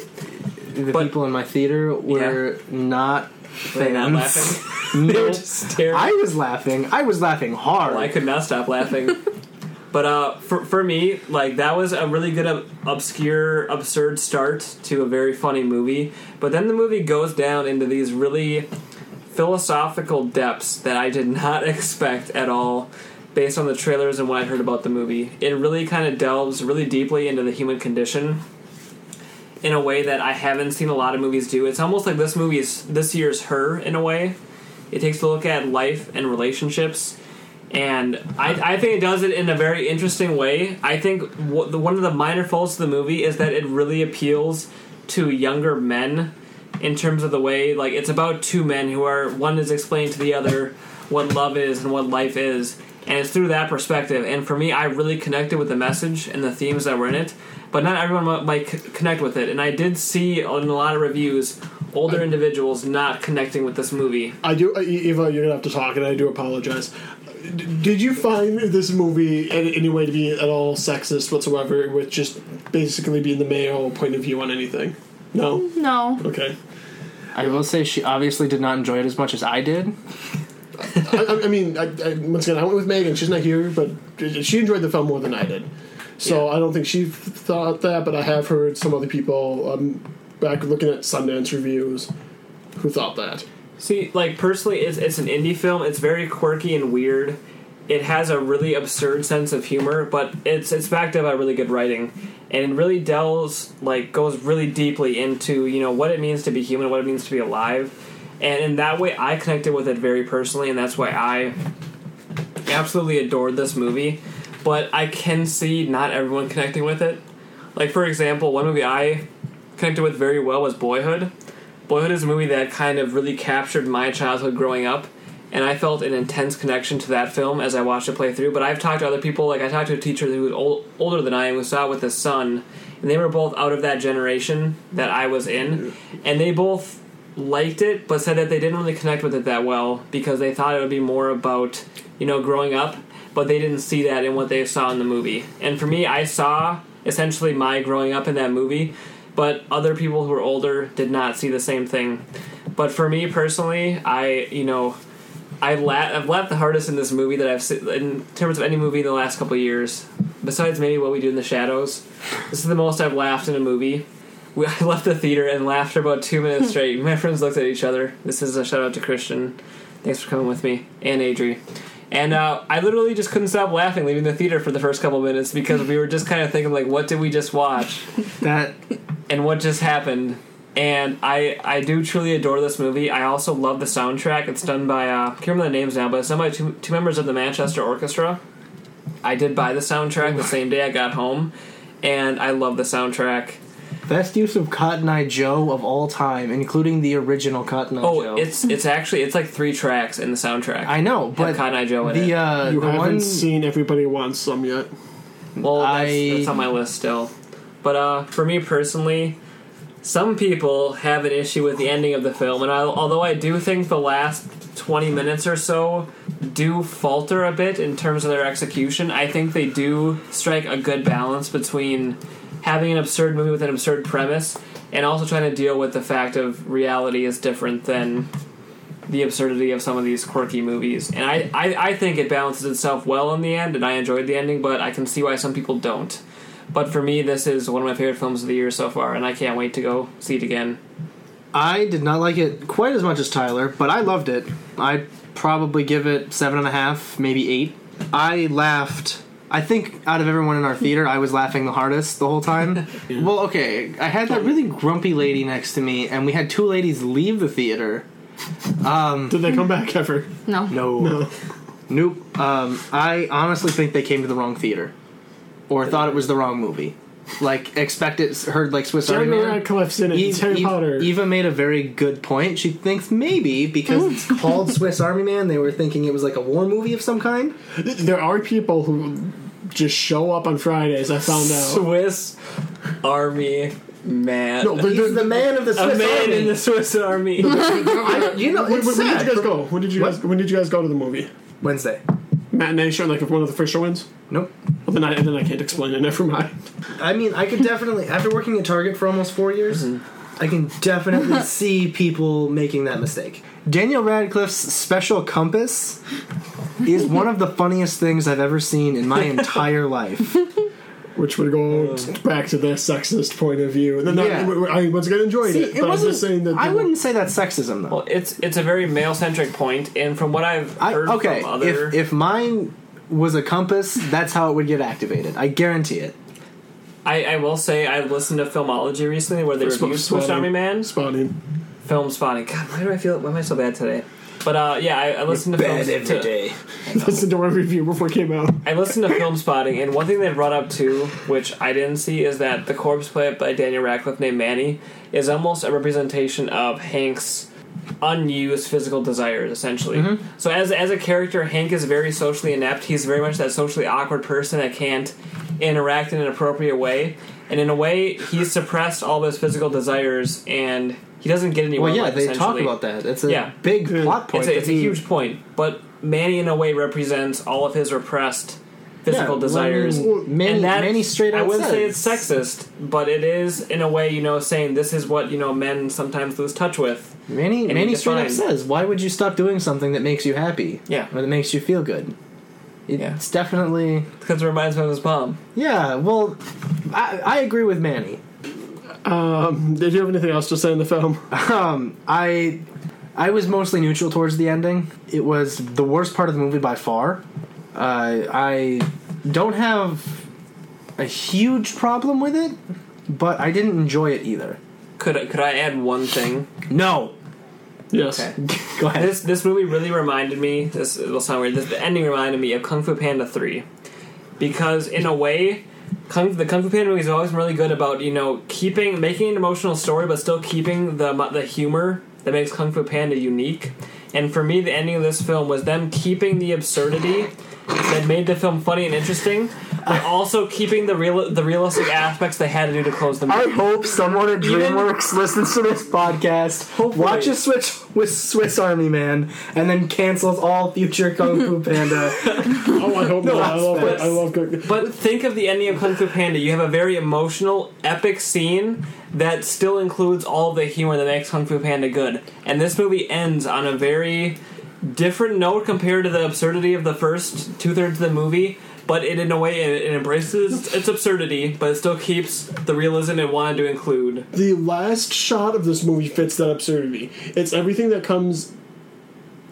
C: the people in my theater were not
B: Were they not
C: fans.
B: laughing? They were
C: Nope.
B: just staring.
C: I was laughing. I was laughing hard.
B: Well, I could not stop laughing. but uh, for, for me, like that was a really good, ob- obscure, absurd start to a very funny movie. But then the movie goes down into these really philosophical depths that I did not expect at all. Based on the trailers and what I heard about the movie, it really kind of delves really deeply into the human condition in a way that I haven't seen a lot of movies do. It's almost like this movie is this year's Her in a way. It takes a look at life and relationships, and I, I think it does it in a very interesting way. I think w- the, one of the minor faults of the movie is that it really appeals to younger men in terms of the way like it's about two men who are one is explaining to the other what love is and what life is and it's through that perspective and for me i really connected with the message and the themes that were in it but not everyone mi- might c- connect with it and i did see in a lot of reviews older individuals not connecting with this movie
A: I do, uh, Eva. You're gonna have to talk, and I do apologize. D- Did you find this movie in any way to be at all sexist whatsoever, with just basically being the male point of view on anything? No.
D: No.
A: Okay.
C: I will say she obviously did not enjoy it as much as I did.
A: I, I- I mean, I, I, once again, I went with Megan. She's not here, but she enjoyed the film more than I did. So I don't think she thought that, but I have heard some other people um, back looking at Sundance reviews who thought that.
B: See, like personally, it's it's an indie film. It's very quirky and weird. It has a really absurd sense of humor, but it's it's backed up by really good writing, and it really delves like goes really deeply into you know what it means to be human, what it means to be alive, and in that way, I connected with it very personally, and that's why I absolutely adored this movie. But I can see not everyone connecting with it. Like for example, one movie I connected with very well was Boyhood. Boyhood is a movie that kind of really captured my childhood growing up, and I felt an intense connection to that film as I watched it play through. But I've talked to other people, like I talked to a teacher who was old, older than I and who saw it with his son, and they were both out of that generation that I was in, and they both liked it, but said that they didn't really connect with it that well because they thought it would be more about you know growing up, but they didn't see that in what they saw in the movie. And for me, I saw essentially my growing up in that movie but other people who were older did not see the same thing. But for me personally, I you know, I la- I've laughed the hardest in this movie that I've seen in terms of any movie in the last couple of years. Besides maybe what we do in the shadows, this is the most I've laughed in a movie. We, I left the theater and laughed for about two minutes straight. My friends looked at each other. This is a shout out to Christian. Thanks for coming with me and Adri. And uh, I literally just couldn't stop laughing leaving the theater for the first couple minutes because we were just kind of thinking like, what did we just watch?
C: That
B: and what just happened. And I I do truly adore this movie. I also love the soundtrack. It's done by uh, I can't remember the names now, but it's done by two, two members of the Manchester Orchestra. I did buy the soundtrack the same day I got home, and I love the soundtrack.
C: best use of Cotton Eye Joe of all time, including the original Cotton Eye
B: Oh,
C: Joe.
B: it's it's actually it's like three tracks in the soundtrack.
C: I know,
B: Have
C: but
B: Cotton Eye Joe in it.
C: the uh,
A: you
C: the
A: haven't
C: one
A: seen Everybody Wants Some yet.
B: Well, that's,
A: I-
B: that's on my list still. But uh, for me personally, some people have an issue with the ending of the film, and I, although I do think the last 20 minutes or so do falter a bit in terms of their execution, I think they do strike a good balance between having an absurd movie with an absurd premise and also trying to deal with the fact of reality is different than the absurdity of some of these quirky movies. And I, I, I think it balances itself well in the end, and I enjoyed the ending, but I can see why some people don't. But for me, this is one of my favorite films of the year so far, and I can't wait to go see it again.
J: I did not like it quite as much as Tyler, but I loved it. I'd probably give it seven and a half, maybe eight. I laughed. I think out of everyone in our theater, I was laughing the hardest the whole time. Well, okay, I had that really grumpy lady next to me, and we had two ladies leave the theater.
C: Hmm.
J: Um,
A: Did they come back ever?
D: No.
J: No. Nope. Um, I honestly think they came to the wrong theater, or thought it was the wrong movie. Like expected, heard like Swiss Army
A: Jeremy
J: Man.
A: Radcliffe's in it.
J: Eve-
A: It's Harry
J: Eve-
A: Potter.
J: Eva made a very good point. She thinks maybe because it's called Swiss Army Man, they were thinking it was like a war movie of some kind.
A: There are people who just show up on Fridays. I
J: Oh,
A: found out.
B: Swiss Army Man.
A: No, they're-
J: He's the man of the
B: a
J: Swiss
B: man
J: Army.
B: in the Swiss Army.
J: you know,
A: when, when
J: it's
A: did
J: sad.
A: you guys go? When did you guys? When did you guys go to the movie?
J: Wednesday.
A: Matinee show, like if one of the first showings.
J: Nope.
A: Well, then I then I can't explain it. Never mind.
J: I mean, I could definitely after working at Target for almost four years,
A: Mm-hmm.
J: I can definitely see people making that mistake. Daniel Radcliffe's special compass is one of the funniest things I've ever seen in my entire life.
A: Which would go t- back to the sexist point of view. And then
J: Um, Yeah.
A: I, I once again enjoyed
J: See,
A: it,
J: it
A: but I'm
J: wasn't-
A: just saying that
J: I
A: the-
J: wouldn't say that's sexism though.
B: Well, it's it's a very male centric point, and from what I've
J: I,
B: heard
J: okay,
B: from other,
J: if if mine was a compass, that's how it would get activated. I guarantee it.
B: I, I will say I listened to Filmology recently where they
A: Sp-
B: reviewed Swiss
A: spotting.
B: Army Man,
A: spotting.
B: film spotting. God, why do I feel? Why am I so bad today? But uh, yeah, I, I listened to films to-
A: Listen to our review before it came out.
B: I listened to Film Spotting, and one thing they brought up too, which I didn't see, is that the corpse play by Daniel Radcliffe named Manny is almost a representation of Hank's unused physical desires, essentially.
J: Mm-hmm.
B: So as as a character, Hank is very socially inept. He's very much that socially awkward person that can't interact in an appropriate way, and in a way, he's suppressed all of his physical desires, and he doesn't get anywhere.
J: Well, yeah,
B: like,
J: they talk
B: essentially.
J: about that. It's a
B: Yeah.
J: big plot point.
B: It's a, it's a
J: that he-
B: huge point, but Manny in a way represents all of his repressed physical
J: Yeah,
B: desires.
J: well, I mean, Manny-
B: and that,
J: Manny straight
B: I
J: out
B: wouldn't
J: said
B: say it's sexist, but it is in a way, you know, saying this is what you know men sometimes lose touch with.
J: Manny,
B: and
J: Manny
B: he
J: straight up
B: defined-
J: says, "Why would you stop doing something that makes you happy?
B: Yeah.
J: or that makes you feel good." It's
B: Yeah.
J: definitely
B: because it reminds me of his mom.
J: yeah. Well, I, I agree with Manny.
A: Um, did you have anything else to say in the film?
J: Um, I I was mostly neutral towards the ending. It was the worst part of the movie by far. Uh, I don't have a huge problem with it, but I didn't enjoy it either.
B: Could I- could I add one thing?
J: No.
A: Yes.
J: Go ahead.
B: This this movie really reminded me. This will sound weird. This, the ending reminded me of Kung Fu Panda three, because in a way, Kung, the Kung Fu Panda movies are always really good about you know keeping making an emotional story, but still keeping the mo- the humor that makes Kung Fu Panda unique. And for me, the ending of this film was them keeping the absurdity that made the film funny and interesting, but also keeping the real the realistic aspects they had to do to close the movie.
J: I hope someone at
B: Even-
J: DreamWorks listens to this podcast, watches Switch with Swiss Army Man, and then cancels all future Kung Fu Panda.
A: Oh, I hope
J: No,
A: not. I love
J: that's-
A: it. I love good.
B: But think of the ending of Kung Fu Panda. You have a very emotional, epic scene that still includes all the humor that makes Kung Fu Panda good. And this movie ends on a very different note compared to the absurdity of the first two thirds of the movie. But it, in a way, it, it embraces its absurdity, but it still keeps the realism it wanted to include.
A: The last shot of this movie fits that absurdity. It's everything that comes.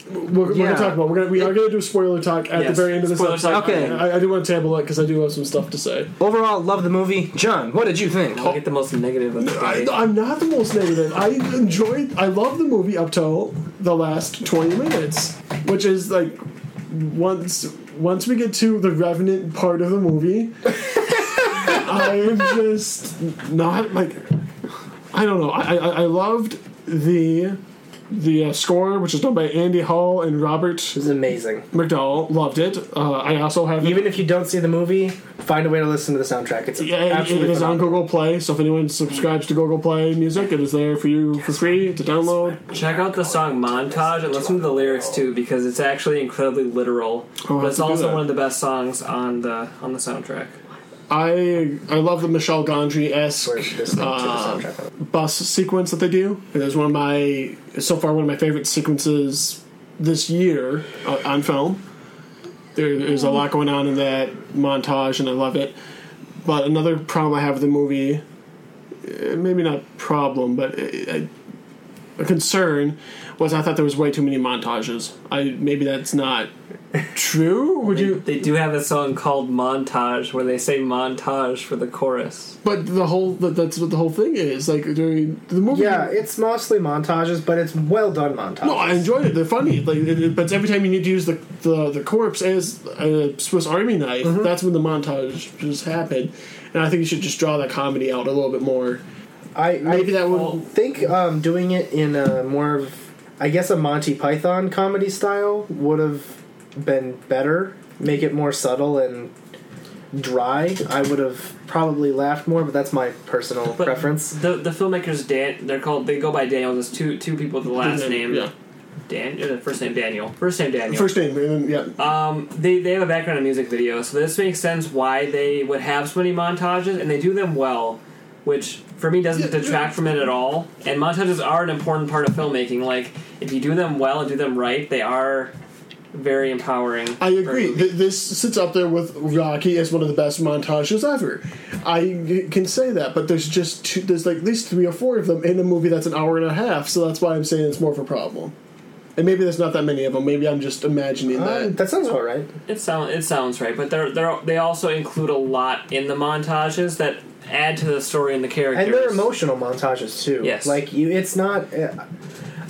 A: We're, we're
J: Yeah.
A: gonna talk about. We're gonna we are gonna do spoiler talk at
B: Yes.
A: the very end of this
B: Spoiler
A: episode.
B: talk.
J: Okay.
A: I, I do want to table it because I do have some stuff to say.
J: Overall, love the movie. John, what did you think?
B: I'll get the most negative of the
A: I,
B: day.
A: I'm not the most negative. I enjoyed. I love the movie up till the last 20 minutes, which is like once once we get to the revenant part of the movie, I am just not like. I don't know. I I, I loved the the uh, score, which is done by Andy Hall and Robert
J: This is amazing.
A: McDowell. Loved it. Uh, I also have
J: Even if you don't see the movie, find a way to listen to the soundtrack. It's
A: yeah, it-
J: absolutely
A: it is on
J: phenomenal.
A: Google Play. So if anyone subscribes to Google Play Music, it is there for you for free to download.
B: Check out the song Montage and listen to the lyrics too, because it's actually incredibly literal.
A: I'll
B: but
A: have
B: it's
A: to do
B: also
A: that.
B: one of the best songs on the on the soundtrack.
A: I I love the Michelle Gondry esque uh, bus sequence that they do. It is one of my so far one of my favorite sequences this year uh, on film. There is a lot going on in that montage, and I love it. But another problem I have with the movie, uh, maybe not problem, but a, a concern was I thought there was way too many montages. I maybe that's not true. Would
B: they,
A: you?
B: They do have a song called "Montage" where they say "montage" for the chorus.
A: But the whole that, that's what the whole thing is like during the movie.
J: Yeah, it's mostly montages, but it's well done montages.
A: No, I enjoyed it. They're funny. Like, it, it- but every time you need to use the the, the corpse as a Swiss Army knife, that's when the montage just happened. And I think you should just draw that comedy out a little bit more.
J: I
A: maybe that
J: would think um, doing it in a more of I guess a Monty Python comedy style would have been better. Make it more subtle and dry. I would have probably laughed more, but that's my personal
B: But
J: preference.
B: The the filmmakers Dan they're called they go by Daniel. There's two two people with the last
A: Mhm,
B: name.
A: yeah.
B: Dan uh, first name Daniel. First name Daniel.
A: First name, and then, yeah.
B: Um, they, they have a background in music videos, so this makes sense why they would have so many montages, and they do them well, which for me doesn't detract from it at all. And montages are an important part of filmmaking. Like, if you do them well and do them right, they are very empowering.
A: I agree. Th- this sits up there with Rocky as one of the best montages ever. I can say that, but there's just two, there's like at least three or four of them in a movie that's an hour and a half. So that's why I'm saying it's more of a problem. And maybe there's not that many of them. Maybe I'm just imagining that.
J: That sounds about right.
B: It sounds it sounds right, but they're, they're they also include a lot in the montages that add to the story and the characters.
J: And they're emotional montages too.
B: Yes.
J: like you, it's not. uh,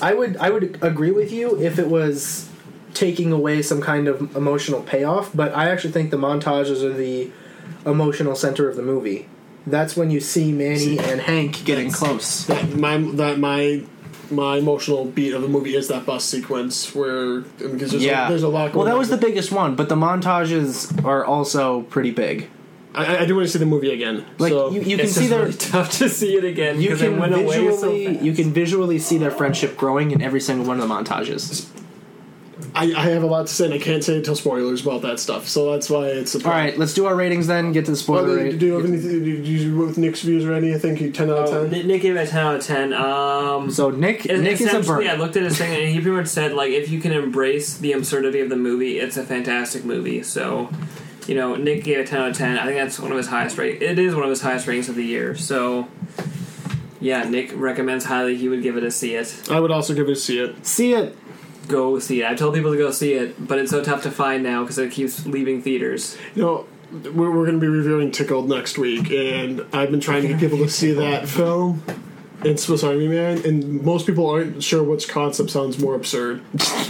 J: I would I would agree with you if it was taking away some kind of emotional payoff, but I actually think the montages are the emotional center of the movie. That's when you see Manny and Hank getting close.
A: That my that my my emotional beat of the movie is that bus sequence where because there's, a, there's a lot. Going
C: well, that
A: on.
C: was the biggest one, but the montages are also pretty big.
A: I, I do want to see the movie again.
C: Like
A: so
C: you, you can see their
B: tough to see it again.
C: You
B: 'cause it
C: can
B: went away so
C: visually you can visually see their friendship growing in every single one of the montages.
A: I, I have a lot to say and I can't say until spoilers about that stuff. So that's why it's. A
C: All right, let's do our ratings then. Get to the spoiler.
A: do,
C: rate.
A: do you have anything? Do you, do you with Nick's views or anything? You ten out of ten.
B: Nick, Nick gave it a ten out of ten. Um,
C: so Nick,
A: Nick is a
B: essentially,
A: burn.
B: I looked at his thing, and he pretty much said like, if you can embrace the absurdity of the movie, it's a fantastic movie. So, you know, Nick gave it a ten out of ten. I think that's one of his highest rate. It is one of his highest ratings of the year. So, yeah, Nick recommends highly. He would give it a see it.
A: I would also give it a see it.
C: See it.
B: Go see it. I've told people to go see it, but it's so tough to find now because it keeps leaving theaters.
A: You know, we're, we're going to be reviewing Tickled next week, and I've been trying to get people to see that film. in Swiss Army Man, and most people aren't sure which concept sounds more absurd.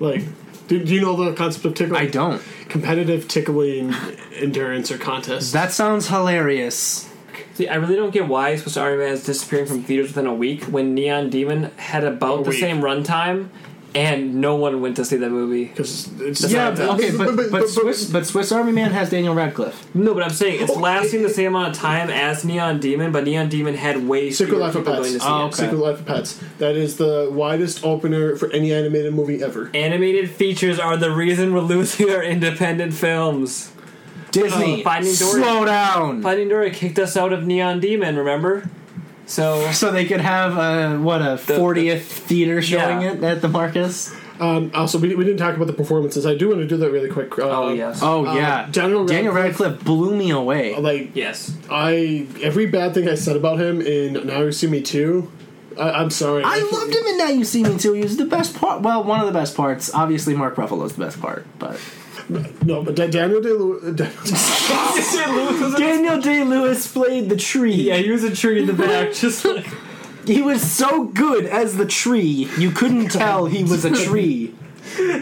A: like, do, do you know the concept of tickling? I
C: don't.
A: Competitive tickling endurance or contest.
C: That sounds hilarious.
B: See, I really don't get why Swiss Army Man is disappearing from theaters within a week when Neon Demon had about
A: A
B: the
A: week.
B: same runtime, and no one went to see that movie.
A: Because
C: yeah, but, okay, but, but, Swiss, but Swiss Army Man has Daniel Radcliffe.
B: No, but I'm saying it's lasting the same amount of time as Neon Demon, but Neon Demon had way
A: Secret
B: fewer
A: Life
B: people
A: of
B: going to
A: Pets. Oh,
B: see it.
A: Secret Life of Pets. That is the widest opener for any animated movie ever.
B: Animated features are the reason we're losing our independent films.
C: Disney,
B: Finding Dory,
C: slow down.
B: Finding Dory kicked us out of Neon Demon. Remember? So,
C: so they could have a what a fortieth theater showing it at the Marcus.
A: Um, also, we, we didn't talk about the performances. I do want to do that really quick. Uh, oh
B: yes.
C: Oh, yeah.
A: Daniel
C: Daniel Radcliffe blew me away.
A: Like
B: yes,
A: I every bad thing I said about him in Now You See Me Too. I, I'm sorry.
C: I loved him in Now You See Me Too. He was the best part. Well, one of the best parts. Obviously, Mark Ruffalo's the best part, but
A: no, but Da- Daniel Day Lewis.
C: Daniel Day Lewis played the tree. Yeah,
B: he was a tree in the back, just like
C: he was so good as the tree. You couldn't tell he was a tree.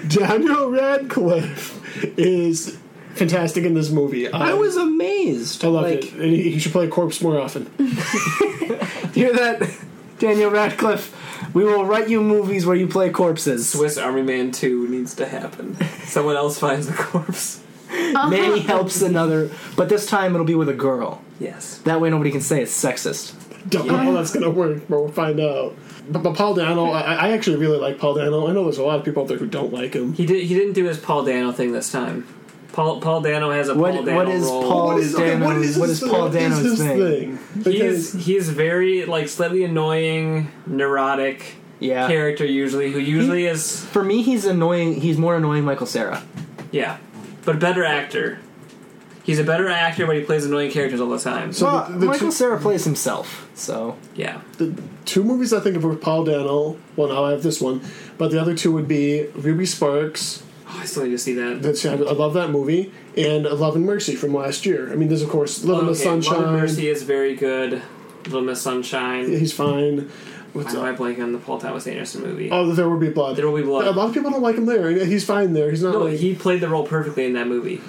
A: Daniel Radcliffe is fantastic in this movie.
C: I was amazed.
A: I love it. And He he should play corpse more often.
C: Hear that, Daniel Radcliffe? We will write you movies where you play corpses.
B: Swiss Army Man Two needs to happen. Someone else finds the corpse.
C: Manny helps another, but this time it'll be with a girl.
B: Yes.
C: That way nobody can say it's sexist.
A: Don't know how that's gonna work, but we'll find out. But, but Paul Dano, I, I actually really like Paul Dano. I know there's a lot of people out there who don't like him.
B: He did. He didn't do his Paul Dano thing this time. Paul Paul Dano has a Paul
C: What-
B: Dano
C: what is
B: role.
C: Paul What is- okay, what Dano's- is what his is Paul thing? What is Dano's his thing? thing?
B: He's he's very like slightly annoying, neurotic
C: Yeah.
B: character usually who usually is
C: For me, he's annoying. He's more annoying Michael Sarah.
B: Yeah, but a better actor. He's a better actor, but he plays annoying characters all the time.
C: well, Michael Sarah plays himself, so
B: yeah. Oh,
A: The two movies I think of were Paul Dano. Well, now I have this one, but the other two would be Ruby Sparks.
B: I still need to see that.
A: That's, I love that movie and Love and Mercy from last year. I mean, there's of course Love and the
B: Okay, Love and
A: Sunshine.
B: Mercy is very good. Little Miss Sunshine.
A: He's fine. What's
B: Why am I blanking on the Paul Thomas Anderson movie?
A: Oh, there will be blood. There
B: will be blood.
A: A lot of people don't like him there. and He's fine there. He's not.
B: no,
A: like,
B: he played the role perfectly in that movie.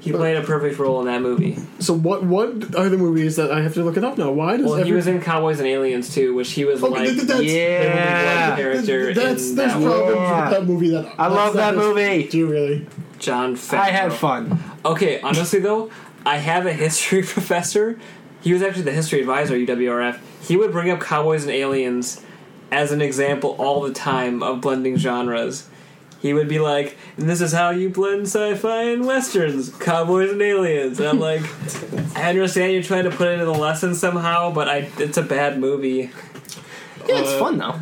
B: He played a perfect role in that movie.
A: so what? What are the movies that I have to look it up now? Why does
B: Well,
A: every,
B: he was in Cowboys and Aliens too, which he was
A: Okay,
B: like
A: th- th- that's-
B: yeah
A: Yeah.
B: character.
A: Th- that's-
B: in
A: there's
B: that
A: problems with that movie that
B: I love
A: that's-
B: that
A: is-
B: movie.
A: Do you really?
B: John Favreau.
A: I had
C: fun.
B: Okay, honestly though, I have a history professor. He was actually the history advisor at UWRF. He would bring up Cowboys and Aliens as an example all the time of blending genres. He would be like, and this is how you blend sci-fi and westerns, cowboys and aliens. And I'm like, I understand you're trying to put it in a lesson somehow, but I, it's a bad movie.
C: Yeah, it's fun though.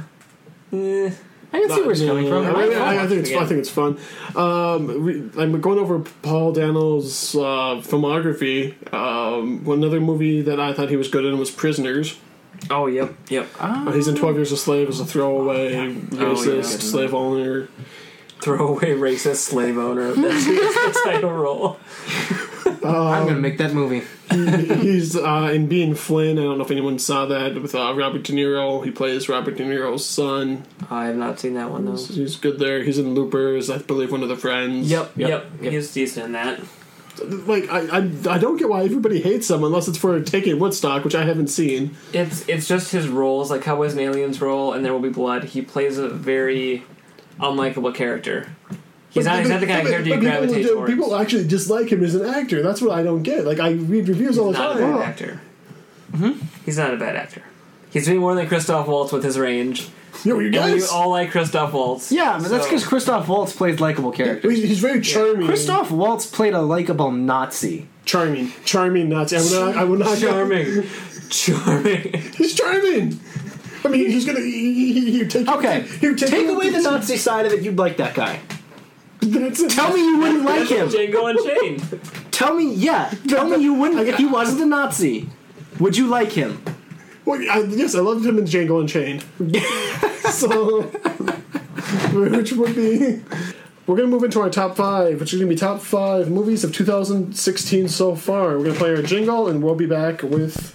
B: Eh.
C: Uh, I can see where it's coming from.
A: I, mean, I- I think it's,
C: Yeah.
A: I think it's fun. Um, re- I'm going over Paul Dano's uh, filmography. Um, another movie that I thought he was good in was Prisoners.
B: Oh, yep, yep.
A: Uh, he's in 12 Years a Slave as a throwaway racist
B: Oh, yeah.
A: slave owner.
B: Throwaway racist slave owner. That's the title role.
C: I'm gonna make that movie.
A: he's uh, in Being Flynn. I don't know if anyone saw that with uh, Robert De Niro. He plays Robert De Niro's son.
B: I have not seen that one though.
A: He's, he's good there. He's in Loopers. I believe one of the friends.
B: Yep, yep, He was decent in that.
A: Like I, I, I don't get why everybody hates him unless it's for taking Woodstock, which I haven't seen.
B: It's it's just his roles, like Cowboys and Aliens role, and There Will Be Blood. He plays a very unlikable character. He's
A: But-
B: not he's
A: but-
B: not the kind of
A: but-
B: character you
A: but people
B: gravitate
A: do-
B: towards.
A: People actually dislike him as an actor. That's what I don't get. Like I read reviews all
B: He's
A: the
B: not a
A: time. Oh,
B: bad actor. He's not a bad actor. He's doing more than Christoph Waltz with his range.
A: Yo, you
B: And we
A: guys-
B: all like Christoph Waltz.
C: Yeah, but that's
B: So-
C: because Christoph Waltz plays likable characters.
A: He's, very charming.
C: Christoph Waltz played a likable Nazi.
A: Charming, charming Nazi. I would not. I would not
B: charming, charming.
A: He's charming. I mean, he's gonna. He, he, he, take
C: okay.
A: You
C: take, away the Nazi side of it, you'd like that guy. Tell me you wouldn't like him.
B: Django Unchained.
C: Tell me, yeah. Tell me you wouldn't if he wasn't a Nazi. Would you like him?
A: Well, I, yes, I loved him in Django Unchained. so, which would be. We're going to move into our top five, which is going to be top five movies of 2016 so far. We're going to play our jingle, and we'll be back with.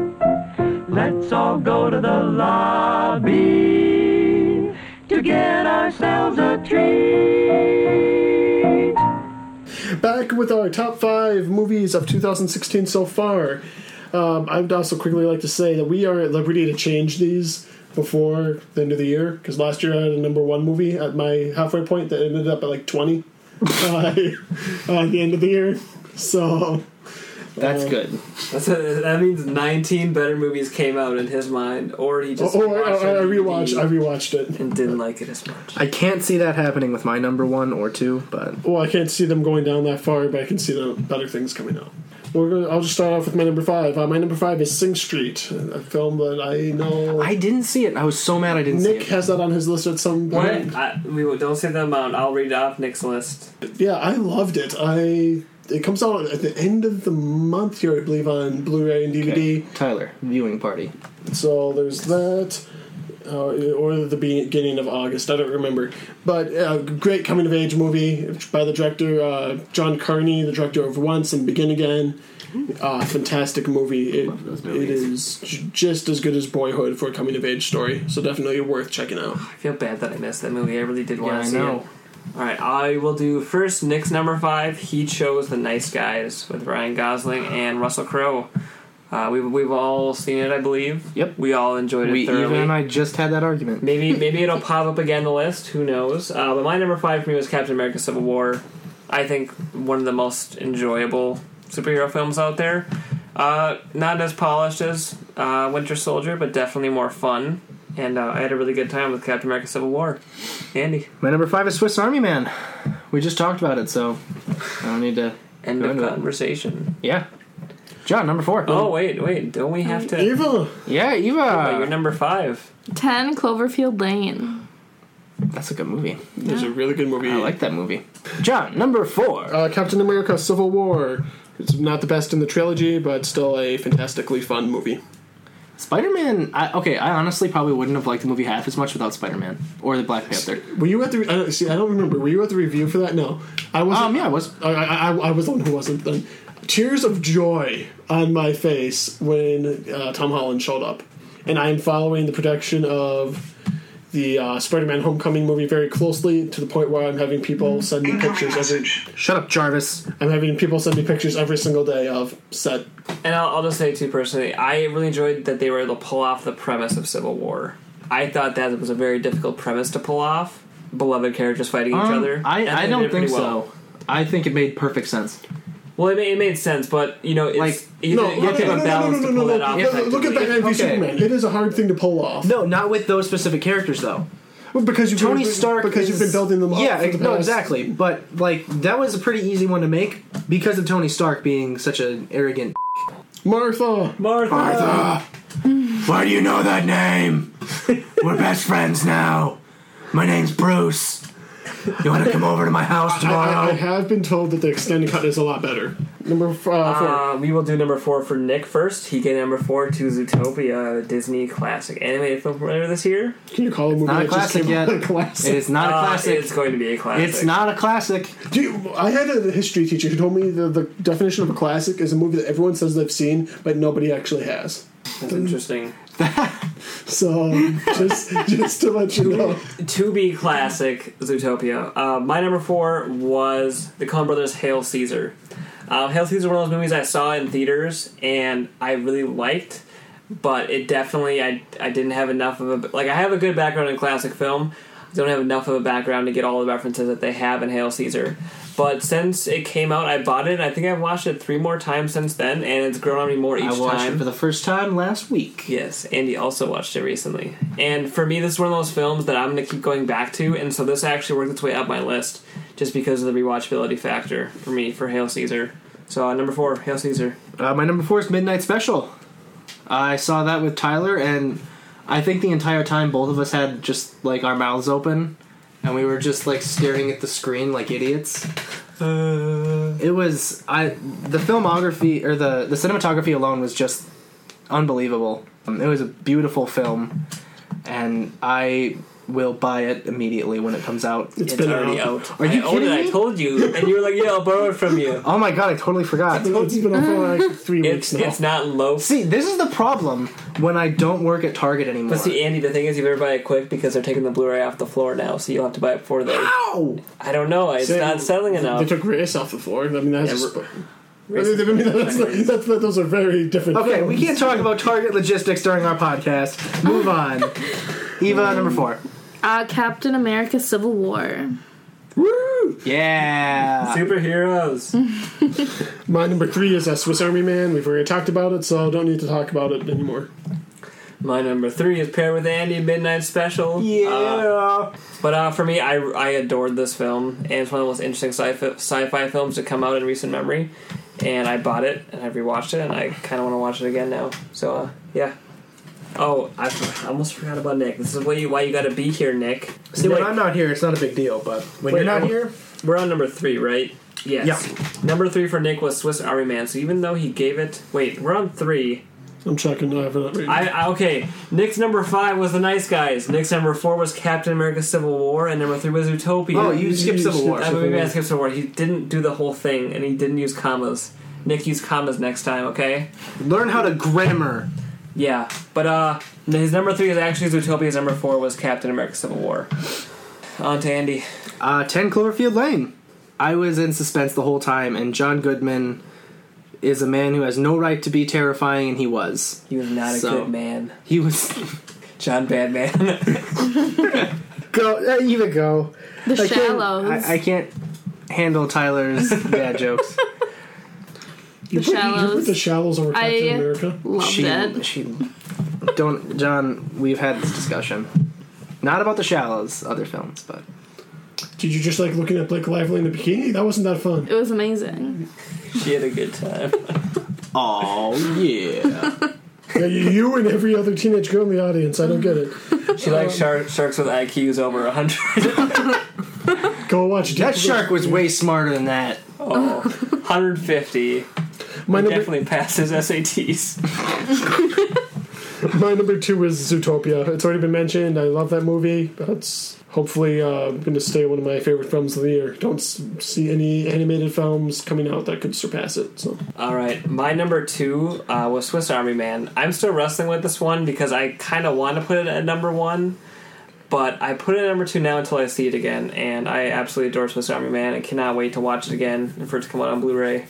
K: Let's all go to the lobby to get ourselves a treat.
A: Back with our top five movies of 2016 so far. Um, I'd also quickly like to say that we are at liberty to change these before the end of the year because last year I had a number one movie at my halfway point that ended up at like 20 by uh, the end of the year. So
C: That's good.
B: That's that means 19 better movies came out in his mind, or he just
A: or, or,
B: watched
A: I
B: it on
A: rewatched.
B: DVD
A: I rewatched it.
B: and didn't like it as much.
C: I can't see that happening with my number one or two, but
A: Well, I can't see them going down that far, but I can see the better things coming out. We're gonna, I'll just start off with my number five. Uh, my number five is Sing Street, a film that I know.
C: I didn't see it. I was so mad I didn't
A: Nick
C: see it.
A: has that on his list at some point.
B: What? I, we don't say the amount. I'll read off Nick's list.
A: Yeah, I loved it. I it comes out at the end of the month here, I believe, on Blu-ray and DVD.
C: Tyler, viewing party.
A: So there's that, uh, or the beginning of August. I don't remember, but uh, great coming of age movie by the director uh, John Carney, the director of Once and Begin Again. Uh, fantastic movie. It, it is j- just as good as Boyhood for a coming of age story. So definitely worth checking out.
B: I feel bad that I missed that movie. I really did want
C: Yeah, I
B: to see
C: know.
B: it. All right, I will do first Nick's number five. He chose The Nice Guys with Ryan Gosling and Russell Crowe. Uh, we've, we've all seen it, I believe. Yep. We all enjoyed it
J: We
B: thoroughly.
J: even and I just had that argument.
B: Maybe maybe it'll pop up again on the list. Who knows? Uh, but my number five for me was Captain America: Civil War. I think one of the most enjoyable superhero films out there. Uh, not as polished as uh, Winter Soldier, but definitely more fun. And uh, I had a really good time with Captain America: Civil War. Andy,
J: My number five is Swiss Army Man. We just talked about it, so I don't need to
B: end of conversation.
J: Yeah, John, number four.
B: Oh wait, wait! Don't we have to?
A: Eva.
J: Yeah, Eva.
B: you're number five.
D: 10 Cloverfield Lane.
J: That's a good movie.
A: It's a really good movie. I like
J: that movie. John, number four.
A: Uh, Captain America Civil War. It's not the best in the trilogy, but still a fantastically fun movie.
J: Spider Man. I, okay, I honestly probably wouldn't have liked the movie half as much without Spider Man or the Black Panther.
A: Were you at the? I don't, see, I don't remember. Were you at the review for that? No, I was. Um,
J: yeah, I was.
A: I, I, I was the one who wasn't. Then tears of joy on my face when uh, Tom Holland showed up, and I am following the production of the uh, Spider-Man: Homecoming movie very closely to the point where I'm having people send me pictures every.
J: Shut up, Jarvis.
A: I'm having people send me pictures every single day of set.
B: And I'll, I'll just say too personally, I really enjoyed that they were able to pull off the premise of Civil War. I thought that was a very difficult premise to pull off. Beloved characters fighting each
J: Um,
B: other.
J: I,
B: and they
J: I
B: did
J: don't
B: it pretty
J: think so.
B: well.
J: I think it made perfect sense.
B: Well, it made, it made sense, but you know, it's, like you,
A: no,
B: you have to
A: no, no, no, no,
B: have a balance
A: no,
B: to
A: no,
B: pull
A: no,
B: that off.
A: no, no, Look at Batman v
B: effectively.
A: Superman. It is a hard thing to pull off.
C: No, not with those specific characters though.
A: Well, because you
C: Tony Stark
A: because you've been
C: is-
A: building them up.
C: Yeah,
A: for the
C: no,
A: past-
C: exactly. But like that was a pretty easy one to make because of Tony Stark being such an arrogant.
A: Martha.
B: Martha.
C: Martha.
K: Why do you know that name? We're best friends now. My name's Bruce. You want to come over to my house
A: I, I, I
K: tomorrow?
A: have been told that the extended cut is a lot better. Number f- uh, four.
B: Uh, we will do number four for Nick first. He gave number four to Zootopia, a Disney classic animated film from earlier this year.
A: Can you call a movie
J: not a
A: that just
J: classic
A: came out
J: yet.
A: a classic?
J: It is not a
B: Uh,
J: classic.
B: It's going to be a classic.
J: It's not a classic.
A: Do you, I had a history teacher who told me the, the definition of a classic is a movie that everyone says they've seen, but nobody actually has.
B: That's interesting.
A: So just just to let you know,
B: to be classic Zootopia. Uh, my number four was the Coen Brothers' Hail Caesar. Uh, Hail Caesar was one of those movies I saw in theaters and I really liked, but it definitely I I didn't have enough of a like I have a good background in classic film. I don't have enough of a background to get all the references that they have in Hail Caesar. But since it came out, I bought it. and I think I've watched it three more times since then, and it's grown on me more each
J: I watched
B: time.
J: it for the first time last week.
B: Yes, Andy also watched it recently. And for me, this is one of those films that I'm going to keep going back to, and so this actually worked its way up my list just because of the rewatchability factor for me for Hail Caesar. So, uh, number four, Hail Caesar.
J: Uh, my number four is Midnight Special. I saw that with Tyler, and I think the entire time both of us had just like our mouths open, and we were just like staring at the screen like idiots. It was I the filmography or the the cinematography alone was just unbelievable. Um, it was a beautiful film, and I will buy it immediately when it comes out.
B: It's been already out.
J: Are you
B: I owned
J: kidding
B: it,
J: me?
B: I told you, and you were like, "Yeah, I'll borrow it from you."
J: Oh my god, I totally forgot.
A: it's been up for like three
B: It's
A: weeks now.
B: it's not low.
J: See, this is the problem when I don't work at Target anymore.
B: But see, Andy, the thing is, you better buy it quick because they're taking the Blu-ray off the floor now, so you'll have to buy it before they.
J: How?
B: I don't know. It's
A: They-
B: not selling
A: They
B: enough.
A: took race off the floor. I mean, that's.
B: Um, Yeah,
A: just- I mean, I mean, that's, that's, that's, those are very different.
J: Okay, we
A: films.
J: can't talk about Target logistics during our podcast. Move on. Eva, number four.
D: Uh, Captain America Civil War.
J: Yeah.
B: Superheroes.
A: My number three is a Swiss Army Man. We've already talked about it, so don't need to talk about it anymore.
B: My number three is paired with Andy Midnight Special.
J: Yeah.
B: Uh, But uh, for me, I, I adored this film, and it's one of the most interesting sci-fi, sci-fi films to come out in recent memory. And I bought it, and I rewatched it, and I kind of want to watch it again now. So uh, yeah. Oh, I, f- I almost forgot about Nick. This is why you why you got to be here, Nick.
C: See, when
B: Nick,
C: I'm not here, it's not a big deal. But when
B: Wait,
C: you're not
B: I'm-
C: here,
B: we're on number three, right? Yes. Number three for Nick was Swiss Army Man. So even though he gave it, wait, we're on three.
A: I'm checking uh, for that reason.
B: I, I okay. Nick's number five was The Nice Guys. Nick's number four was Captain America: Civil War, and number three was Utopia.
J: Oh, you skipped Civil War.
B: Uh, maybe I skipped Civil War. He didn't do the whole thing, and he didn't use commas. Nick, use commas next time, okay?
J: Learn how to grammar.
B: Yeah, but uh, his number three is actually Zootopia's number four was Captain America: Civil War. On to Andy.
J: Uh, 10 Cloverfield Lane. I was in suspense the whole time, and John Goodman is a man who has no right to be terrifying, and he was.
B: He was not a good man.
J: He was.
B: John Badman.
J: go, uh, even go.
D: The
J: I can't-
D: Shallows.
J: I, I can't handle Tyler's bad jokes.
A: You
D: The
A: put, You put
D: Shallows.
A: the shallows over Captain
D: I
A: America.
D: loved
J: she,
D: it.
J: She don't, John. We've had this discussion, not about the Shallows, other films, but
A: Did you just like looking at Blake Lively in the bikini? That wasn't that fun.
D: It was amazing.
B: she had a good time.
J: Oh yeah.
A: yeah you, you and every other teenage girl in the audience. I don't get it.
B: She
A: Um,
B: likes shark, sharks with IQs over 100.
A: Go watch.
J: That shark was way smarter than that.
B: Oh, 150.
A: My
B: He
A: number-
B: definitely passed his SATs.
A: My number two is Zootopia. It's already been mentioned. I love that movie. That's hopefully uh, going to stay one of my favorite films of the year. Don't s- see any animated films coming out that could surpass it. So
B: All right, my number two uh, was Swiss Army Man. I'm still wrestling with this one because I kind of want to put it at number one, but I put it at number two now until I see it again, and I absolutely adore Swiss Army Man. I cannot wait to watch it again and for it to come out on Blu-ray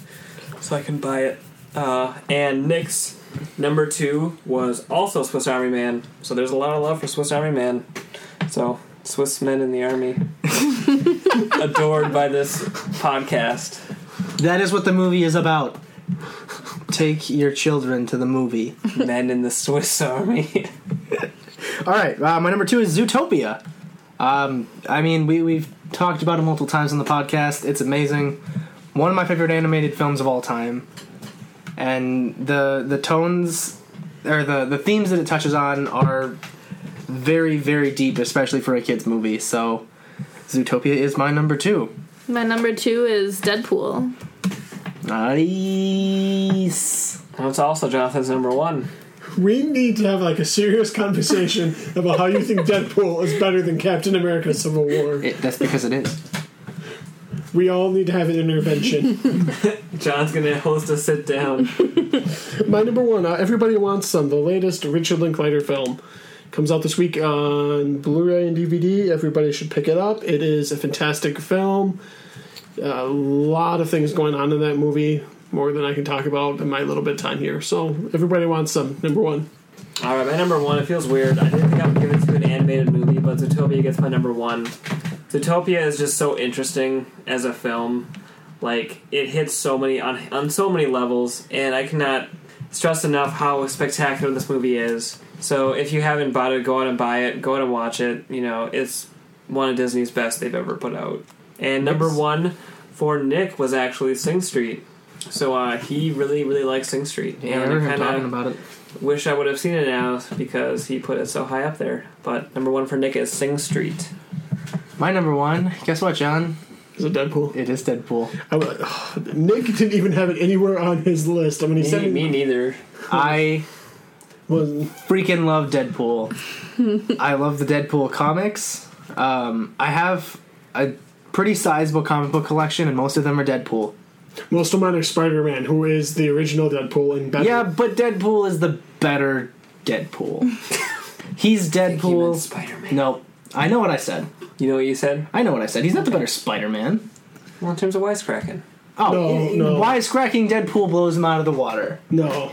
B: so I can buy it. Uh, and Nick's number two was also Swiss Army Man. So there's a lot of love for Swiss Army Man. So Swiss men in the army, adored by this podcast.
J: That is what the movie is about. Take your children to the movie.
B: Men in the Swiss Army.
J: All right, uh, my number two is Zootopia. Um, I mean, we, we've talked about it multiple times on the podcast. It's amazing. One of my favorite animated films of all time. And the the tones or the, the themes that it touches on are very, very deep, especially for a kid's movie. So Zootopia is my number two.
D: My number two is Deadpool.
J: Nice.
B: That's also Jonathan's number one.
A: we need to have like a serious conversation about how you think Deadpool is better than Captain America: Civil War.
J: that's because it is.
A: We all need to have an intervention.
B: John's gonna host a sit down.
A: My number one, uh, Everybody Wants Some, the latest Richard Linklater film. Comes out this week on Blu ray and DVD. Everybody should pick it up. It is a fantastic film. A lot of things going on in that movie, more than I can talk about in my little bit of time here. So, Everybody Wants Some, number one.
B: All right, my number one. It feels weird. I didn't think I would give it to an animated movie, but Zootopia gets my number one. Zootopia is just so interesting as a film. Like it hits so many on on so many levels, and I cannot stress enough how spectacular this movie is. So if you haven't bought it, go out and buy it. Go out and watch it. You know, it's one of Disney's best they've ever put out. And number one for Nick was actually Sing Street. So uh, he really, really likes Sing Street. And
J: Yeah, I remember
B: I
J: him
B: kinda-
J: talking about it.
B: Wish I would have seen it now because he put it so high up there. But number one for Nick is Sing Street.
J: My number one, guess what, John?
A: Is it Deadpool?
J: It is Deadpool.
A: I w Nick didn't even have it anywhere on his list. I mean, he
J: Me-
A: said
J: me
B: neither.
J: I
A: was
J: freaking love Deadpool. I love the Deadpool comics. Um, I have a pretty sizable comic book collection, and most of them are Deadpool.
A: Most of mine are Spider Man, who is the original Deadpool and better.
J: Yeah, but Deadpool is the better Deadpool. He's Deadpool. Spider-Man. No, I know what I said.
B: You know what you said?
J: I know what I said. He's not the better Spider-Man.
B: Well, in terms of wisecracking.
J: Oh,
A: No,
J: i- i-
A: no.
J: wisecracking Deadpool blows him out of the water.
A: No.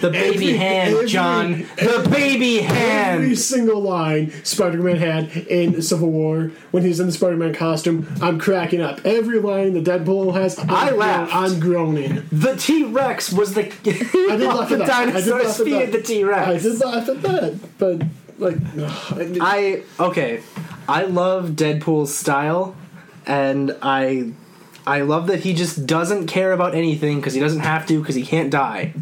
J: The baby
A: Every-
J: hand,
A: every-
J: John. The baby hand.
A: Every single line Spider-Man had in Civil War when he's in the Spider-Man costume, I'm cracking up. Every line the Deadpool has, I'm
J: I laughed.
A: I'm groaning.
J: The T Rex was the
A: I did laugh
J: the
A: at that. I did
J: dinosaur
A: laugh at
J: speed
A: that.
J: the T Rex.
A: I did laugh at that, but like,
J: I okay. I love Deadpool's style, and I I love that he just doesn't care about anything because he doesn't have to because he can't die.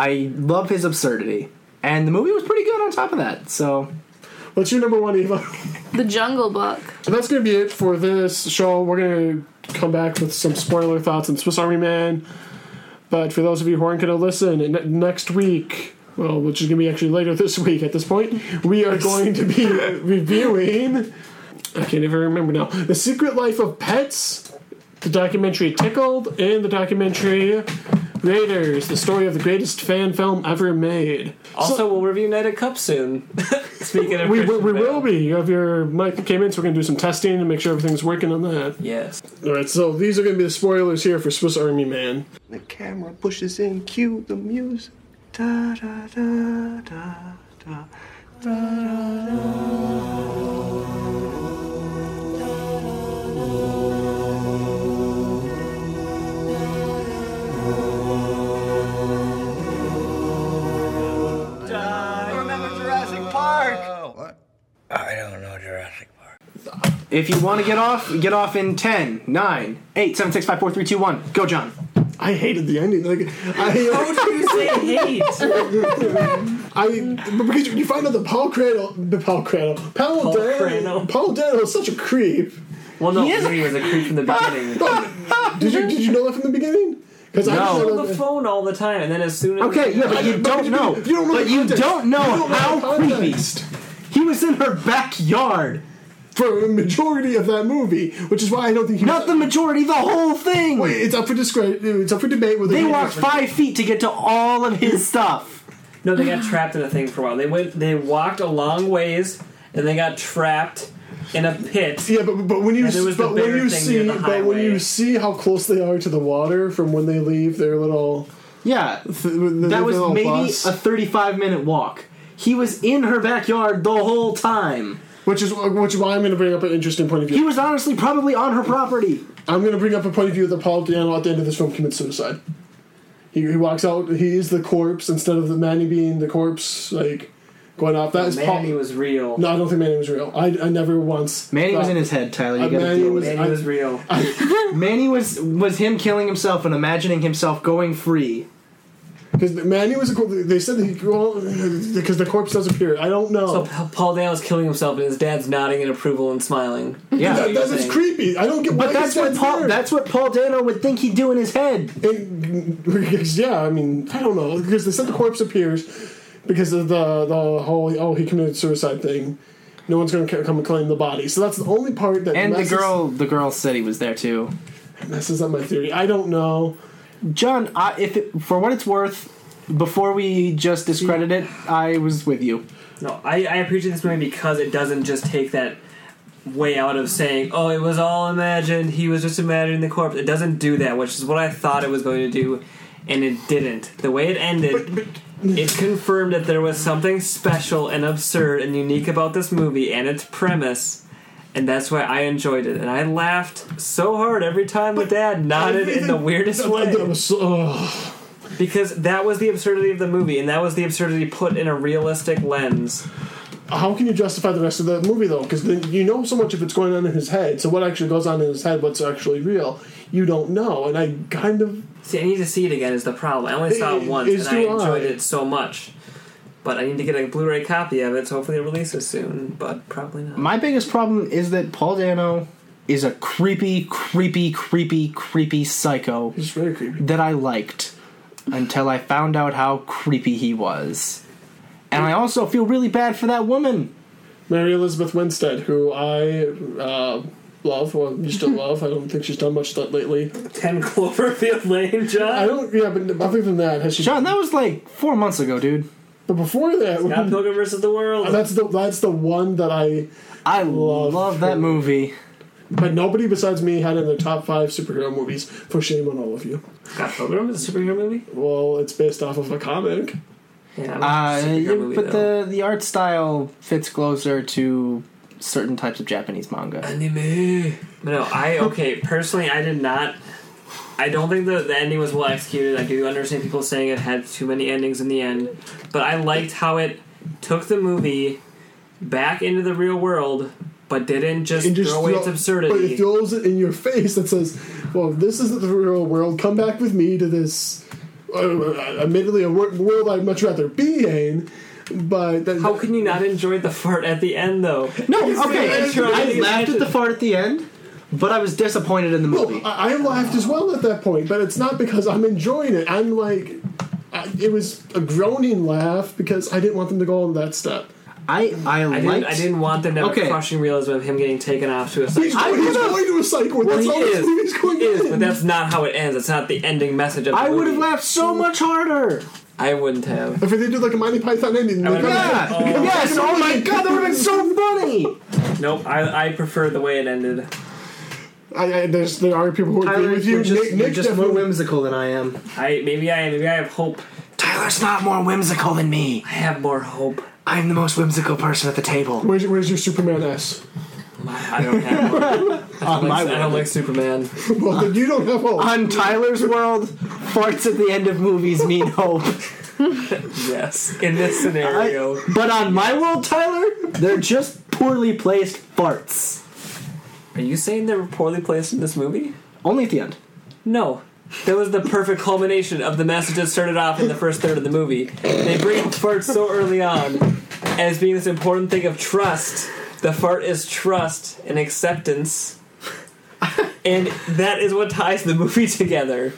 J: I love his absurdity, and the movie was pretty good on top of that. So
A: what's your number one, Eva?
D: The Jungle Book.
A: And that's going to be it for this show. We're going to come back with some spoiler thoughts on Swiss Army Man. But for those of you who aren't going to listen, ne- next week, well, which is going to be actually later this week at this point, we are going to be reviewing. I can't even remember now. The Secret Life of Pets, the documentary Tickled, and the documentary Raiders, the story of the greatest fan film ever made.
B: Also, we'll review Night at Cup soon. Speaking of
A: we, we,
B: Christian
A: we will be. You have your mic came in, so we're going to do some testing to make sure everything's working on that.
B: Yes.
A: All right, so these are going to be the spoilers here for Swiss Army Man.
K: The camera pushes in, cue the music. Da da da da da da da
O: Remember Jurassic Park?
K: I don't know Jurassic.
J: If you want to get off, get off in 10, 9, 8, 7, 6, 5, 4, 3, 2, 1. Go, John.
A: I hated the ending. Like, I, uh, I but because you find out the Paul Cradle, the Paul Cradle, Paul,
B: Paul
A: Dano,
B: Cradle.
A: Paul Dano is such a creep.
B: Well, no, He is a- he was a creep from the beginning.
A: did you did you know that from the beginning? Because I
B: no.
A: just
B: on
A: know
B: the
A: that-
B: phone all the time, and then as soon as
J: Okay, yeah, but you don't know.
A: you don't know
J: But
A: the
J: you
A: context.
J: don't know
A: You don't know the
J: how creepy.
A: context.
J: He was in her backyard.
A: For the majority of that movie, which is why I don't think he
J: Not the majority, the whole thing.
A: Wait, it's up for discre- It's up for debate whether
J: They
A: he-
J: walked five feet to get to all of his stuff.
B: No, they got trapped in a thing for a while. They went, they walked a long ways, and they got trapped in a pit.
A: Yeah, but but when you
B: And there was the
A: but when
B: bear
A: you
B: thing
A: see
B: near the
A: but when you
B: highway.
A: see how close they are to the water from when they leave their little
J: yeah that was maybe a 35 minute walk. He was in her backyard the whole time.
A: Which is which is why I'm going to bring up an interesting point of view.
J: He was honestly probably on her property.
A: I'm going to bring up a point of view that Paul Dano at the end of this film commits suicide. He, he walks out. He is the corpse instead of the Manny being the corpse. Like going off. That is Paul.
B: Manny was real.
A: No, I don't think Manny was real. I, I never once.
J: Manny was
A: thought-
J: in his head, Tyler. You
A: Uh,
J: gotta
A: Manny
J: deal
A: was.
J: with
A: I-
J: it.
B: real.
J: Manny was was him killing himself and imagining himself going free.
A: Because Manny was a corpse. They said that he because the corpse does appear. I don't know.
B: So Pa- Paul Dano's killing himself, and his dad's nodding in approval and smiling.
A: Yeah.
B: That's what
A: That-
B: you're
A: that's
B: saying.
A: creepy. I don't get. why
J: But that's
A: his
J: what
A: dad's
J: Paul
A: there.
J: that's what Paul Dano would think he'd do in his head.
A: Because, yeah, I mean, I don't know because they said the corpse appears because of the the whole oh he committed suicide thing. No one's going to come and claim the body, so that's the only part that
J: And the
A: messes,
J: girl the girl said he was there too.
A: messes up my theory. I don't know.
J: John, I, if it, for what it's worth, before we just discredit it, I was with you.
B: No, I, I appreciate this movie because it doesn't just take that way out of saying, "Oh, it was all imagined. He was just imagining the corpse." It doesn't do that, which is what I thought it was going to do, and it didn't. The way it ended, it confirmed that there was something special and absurd and unique about this movie and its premise. And that's why I enjoyed it, and I laughed so hard every time the dad nodded in the weirdest
A: That-
B: way
A: that was so- ugh.
B: because that was the absurdity of the movie, and that was the absurdity put in a realistic lens.
A: How can you justify the rest of the movie though? Because you know so much of it's going on in his head. So what actually goes on in his head? What's actually real? You don't know, and I kind of
B: See, I need to see it again. Is the problem? I only saw it
A: It-
B: once,
A: it's
B: and I
A: too
B: enjoyed
A: high.
B: it so much. But I need to get a Blu-ray copy of it, so hopefully it releases soon. But probably not.
J: My biggest problem is that Paul Dano is a creepy, creepy, creepy, creepy psycho.
A: He's very creepy.
J: That I liked until I found out how creepy he was. And I also feel really bad for that woman.
A: Mary Elizabeth Winstead, who I uh, love, well, you still love. I don't think she's done much that lately.
B: Ten Cloverfield Lane, John.
A: I don't. Yeah, but other than that, has she?
J: John, that was like four months ago, dude.
A: But before that,
B: Scott Pilgrim versus the World.
A: that's the that's the one that I
J: I love, that movie.
A: But nobody besides me had it in their top five superhero movies. For shame on all of you.
B: Scott Pilgrim is a superhero movie.
A: Well, it's based off of a comic.
B: Yeah,
J: Uh,
B: I don't know if it's a superhero movie,
J: but
B: though.
J: the, the art style fits closer to certain types of Japanese manga.
B: anime. But no, I okay. Personally, I did not. I don't think the, the ending was well executed. I do understand people saying it had too many endings in the end, but I liked how it took the movie back into the real world, but didn't just,
A: And just
B: throw away
A: throw-
B: its
A: But it
B: absurdity.
A: throws it in your face that says, "Well, this isn't the real world. Come back with me to this." Uh, admittedly, a wor- world I'd much rather be in. But that,
B: how can you not enjoy the fart at the end, though?
J: No,
B: the uh,
J: okay.
B: intro,
J: I
B: it's
J: laughed at the fart at the end, but I was disappointed in the movie.
A: I I laughed as well at that point, but it's not because I'm enjoying it. I'm like, I, it was a groaning laugh because I didn't want them to go on that step.
C: I I,
B: I
C: liked.
B: didn't, I didn't want them to have
C: Okay.
B: a crushing realism of him getting taken off to a psych.
C: going- he's
A: going to a psych ward.
B: Well,
A: That's
B: he
A: all he's-
B: is. he is, but that's not how it ends. That's not the ending message of the
A: I
B: movie.
A: would've
C: laughed so much harder.
B: I wouldn't have.
A: If they did like a Monty Python ending,
B: I would've been
A: yeah,
B: like, oh.
C: Yes, oh my god, that would have been so funny.
B: Nope, I, I prefer the way it ended.
A: I, I, there's, there are people who agree
B: Tyler,
A: with you.
B: you're just-
A: Nick,
B: you're
A: Nick
B: just more
A: definitely-
J: whimsical than I am.
B: I maybe I maybe I have hope.
K: Tyler's not more whimsical than me. I
B: have more hope.
K: I'm the most whimsical person at the table.
A: Where's, where's your Superman S?
B: I don't have one. I don't,
A: my
B: like, I don't
A: word.
B: like Superman.
A: well, then you don't have hope.
C: On Tyler's world, farts at the end of movies mean hope.
B: yes, in this scenario.
C: But on my world, Tyler, they're just poorly placed farts.
B: Are you saying they were poorly placed in this movie?
C: Only at the end.
B: No. That was the perfect culmination of the message that started off in the first third of the movie. They bring up farts so early on as being this important thing of trust. The fart is trust and acceptance. And that is what ties the movie together.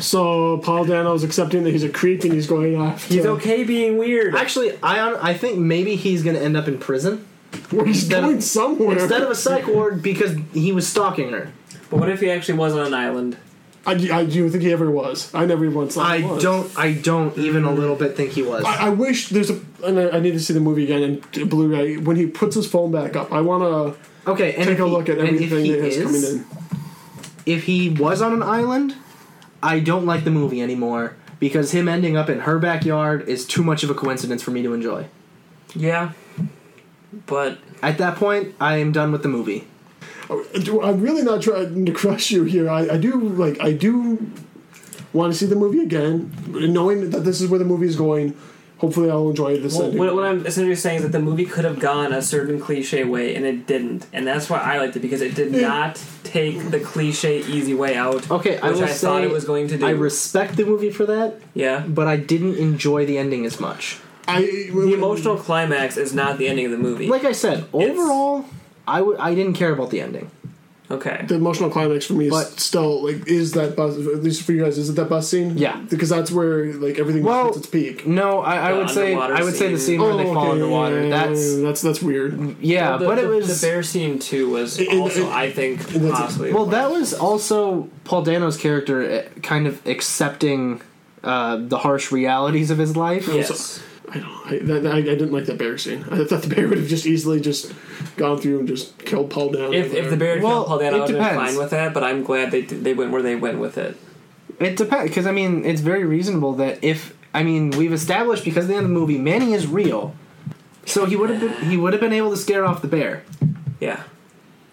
A: So Paul Dano's accepting that he's a creep and he's going off.
B: He's okay being weird.
J: Actually, I hon- I think maybe he's going to end up in prison.
A: Where he's
B: going
J: of,
A: somewhere.
J: instead of a psych ward because he was stalking her.
B: But what if he actually was on an island?
A: I, I do think he ever was. I never once. thought
J: I
A: he was.
J: don't. I don't even a little bit think he was.
A: I, I wish there's a. And I, I need to see the movie again in Blu-ray when he puts his phone back up. I want
J: to okay and
A: take
J: if
A: a
J: he-
A: look at
J: and if
A: everything
J: he
A: that is,
J: is-
A: coming in.
J: if he was on an island, I don't like the movie anymore because him ending up in her backyard is too much of a coincidence for me to enjoy.
B: Yeah. But
J: at that point, I am done with the movie.
A: Do- I'm really not trying to crush you here. I, I do like I do want to see the movie again, knowing that this is where the movie is going. Hopefully, I'll enjoy this
B: Well,
A: ending.
B: what, what I'm essentially saying is that the movie could have gone a certain cliche way, and it didn't, and that's why I liked it because it did not take the cliche easy way out.
J: Okay,
B: which
J: I
B: I,
J: will say
B: thought it was going to do.
J: I respect the movie for that.
B: Yeah,
J: but I didn't enjoy the ending as much.
A: I
B: the emotional climax is not the ending of the movie.
J: Like I said, overall, I w- I didn't care about the ending.
B: Okay.
A: The emotional climax for me is
J: But-
A: still like is that bus at least for you guys is it that bus scene? Yeah, because that's where like everything
J: Well,
A: hits its peak. Oh,
J: No, I, I would say I would say the scene where they fall underwater. That's
A: that's that's weird.
J: yeah,
B: Well, the-
J: but it
B: the-
J: was
B: the bear scene too was
J: and-
B: also
J: and-
B: I think
J: That's it.
B: possibly
J: Well, that was also Paul Dano's character eh, kind of accepting uh, the harsh realities of his life.
A: Yes. I don't. I, that, I, I didn't like that bear scene. I thought the bear would have just easily just gone through and just killed Paul down.
B: if, if the bear
J: Well,
B: killed Paul Dano,
J: it
B: I would have been
J: depends.
B: fine with that. But I'm glad they did- they went where they went with it.
J: It depends, because I mean, it's very reasonable that if I mean, we've established because of the end of the movie, Manny is real, so he would have been he would have been able to scare off the bear.
B: Yeah,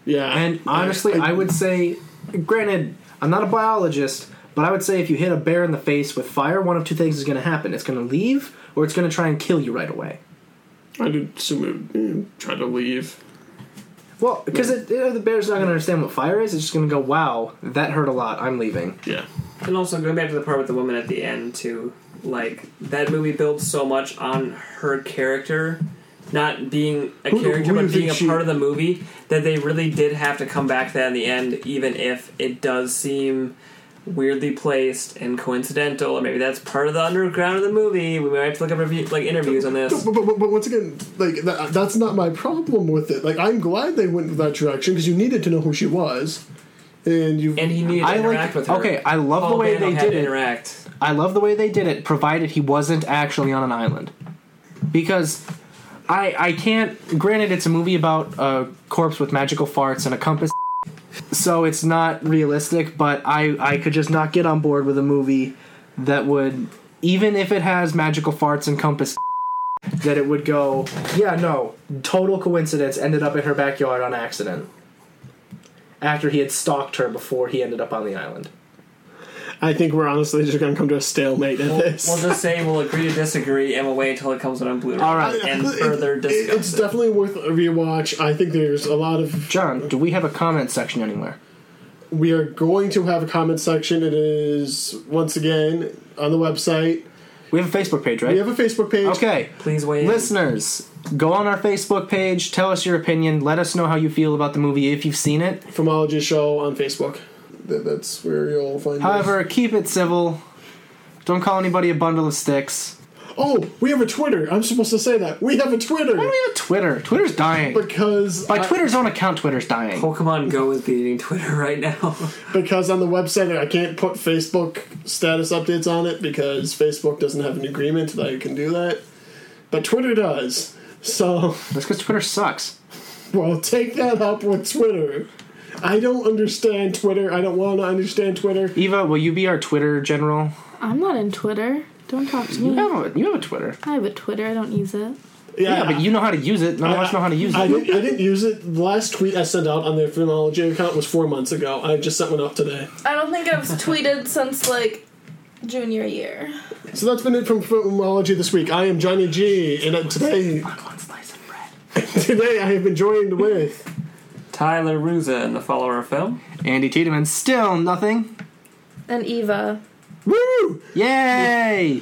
A: yeah.
J: And honestly, I, would say, granted, I'm not a biologist, but I would say if you hit a bear in the face with fire, one of two things is going to happen: it's going to leave, or it's going to try and kill you right away.
A: I did assume it would eh, try to leave.
J: Well, because it, you know, the bear's not going to understand what fire is. It's just going to go, "Wow, that hurt a lot. I'm leaving."
A: Yeah.
B: And also going back to the part with the woman at the end too, like that movie builds so much on her character, not being a
A: Who-
B: character
A: who do you
B: but being
A: think
B: a
A: she-
B: part of the movie that they really did have to come back to that in the end, even if it does seem weirdly placed and coincidental, or maybe that's part of the underground of the movie. We might have to look up review, like interviews on this.
A: But, but, but, but once again, like that, that's not my problem with it. Like I'm glad they went that direction because you needed to know who she was, and you
B: and he needed to interact with her. Oh,
J: Okay, I love
B: Paul
J: the way
B: Dano
J: they
B: had
J: did
B: to
J: it.
B: Interact.
J: I love the way they did it, provided he wasn't actually on an island. Because I I can't. Granted, it's a movie about a corpse with magical farts and a compass, so it's not realistic. But I I could just not get on board with a movie that would, even if it has magical farts and compass, that it would go. Yeah, no, total coincidence. Ended up in her backyard on accident. After he had stalked her before he ended up on the island.
A: I think we're honestly just going to come to a stalemate at
B: We'll,
A: this.
B: we'll just say we'll agree to disagree, and we'll wait until it comes out on Blu-ray.
A: All right.
B: and
A: It-
B: further discuss.
A: It's definitely worth a rewatch. I think there's a lot of.
J: John, do we have a comment section anywhere?
A: We are going to have a comment section. It is once again on the website.
J: We have a Facebook page, right?
A: We have a Facebook page.
J: Okay.
B: Please wait.
J: Listeners, go on our Facebook page, tell us your opinion, let us know how you feel about the movie if you've seen it.
A: Filmology Show on Facebook. Th- That's where you'll find. us.
J: However, keep it civil. Don't call anybody a bundle of sticks.
A: oh, we have a Twitter. I'm supposed to say that. We have a Twitter. Why do
J: we have a Twitter? Twitter's dying.
A: Because.
J: By Twitter's own account, Twitter's dying.
B: Pokemon Go is beating Twitter right now.
A: because on the website, I can't put Facebook status updates on it because Facebook doesn't have an agreement that I can do that. But Twitter does. So.
J: That's because Twitter sucks.
A: Well, take that up with Twitter. I don't understand Twitter. I don't want to understand Twitter.
J: Eva, will you be our Twitter general?
D: I'm not in Twitter. Don't talk to me.
J: You have a, you have a Twitter.
D: I have a Twitter. I don't use it.
J: Yeah, but you know how to use it. None of us know how to use
A: I
J: it.
A: didn't, I didn't use it. The last tweet I sent out on their phrenology account was four months ago. I just sent one up today.
D: I don't think I've tweeted since like junior year.
A: So that's been it from phrenology this week. I am Johnny G, and uh, today. today I have been joined with.
B: Tyler Ruza and the follower of film.
J: Andy Tiedemann, still nothing.
D: And Eva.
A: Woo!
J: Yay!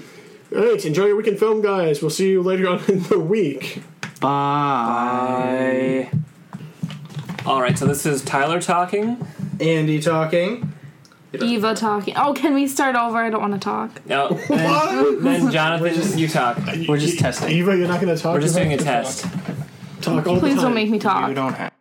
A: All right, enjoy your weekend film, guys. We'll see you later on in the week.
J: Bye.
B: All right, so this is Tyler talking.
P: Andy talking.
D: Eva talking. Oh, can we start over? I don't want to talk.
B: No. Then, then Jonathan, you talk.
J: We're just testing.
A: Eva, you're not going to talk.
B: We're just
A: Eva?
B: doing a test.
A: Talk all the
D: Please
A: time.
D: don't make me talk.
J: You don't have.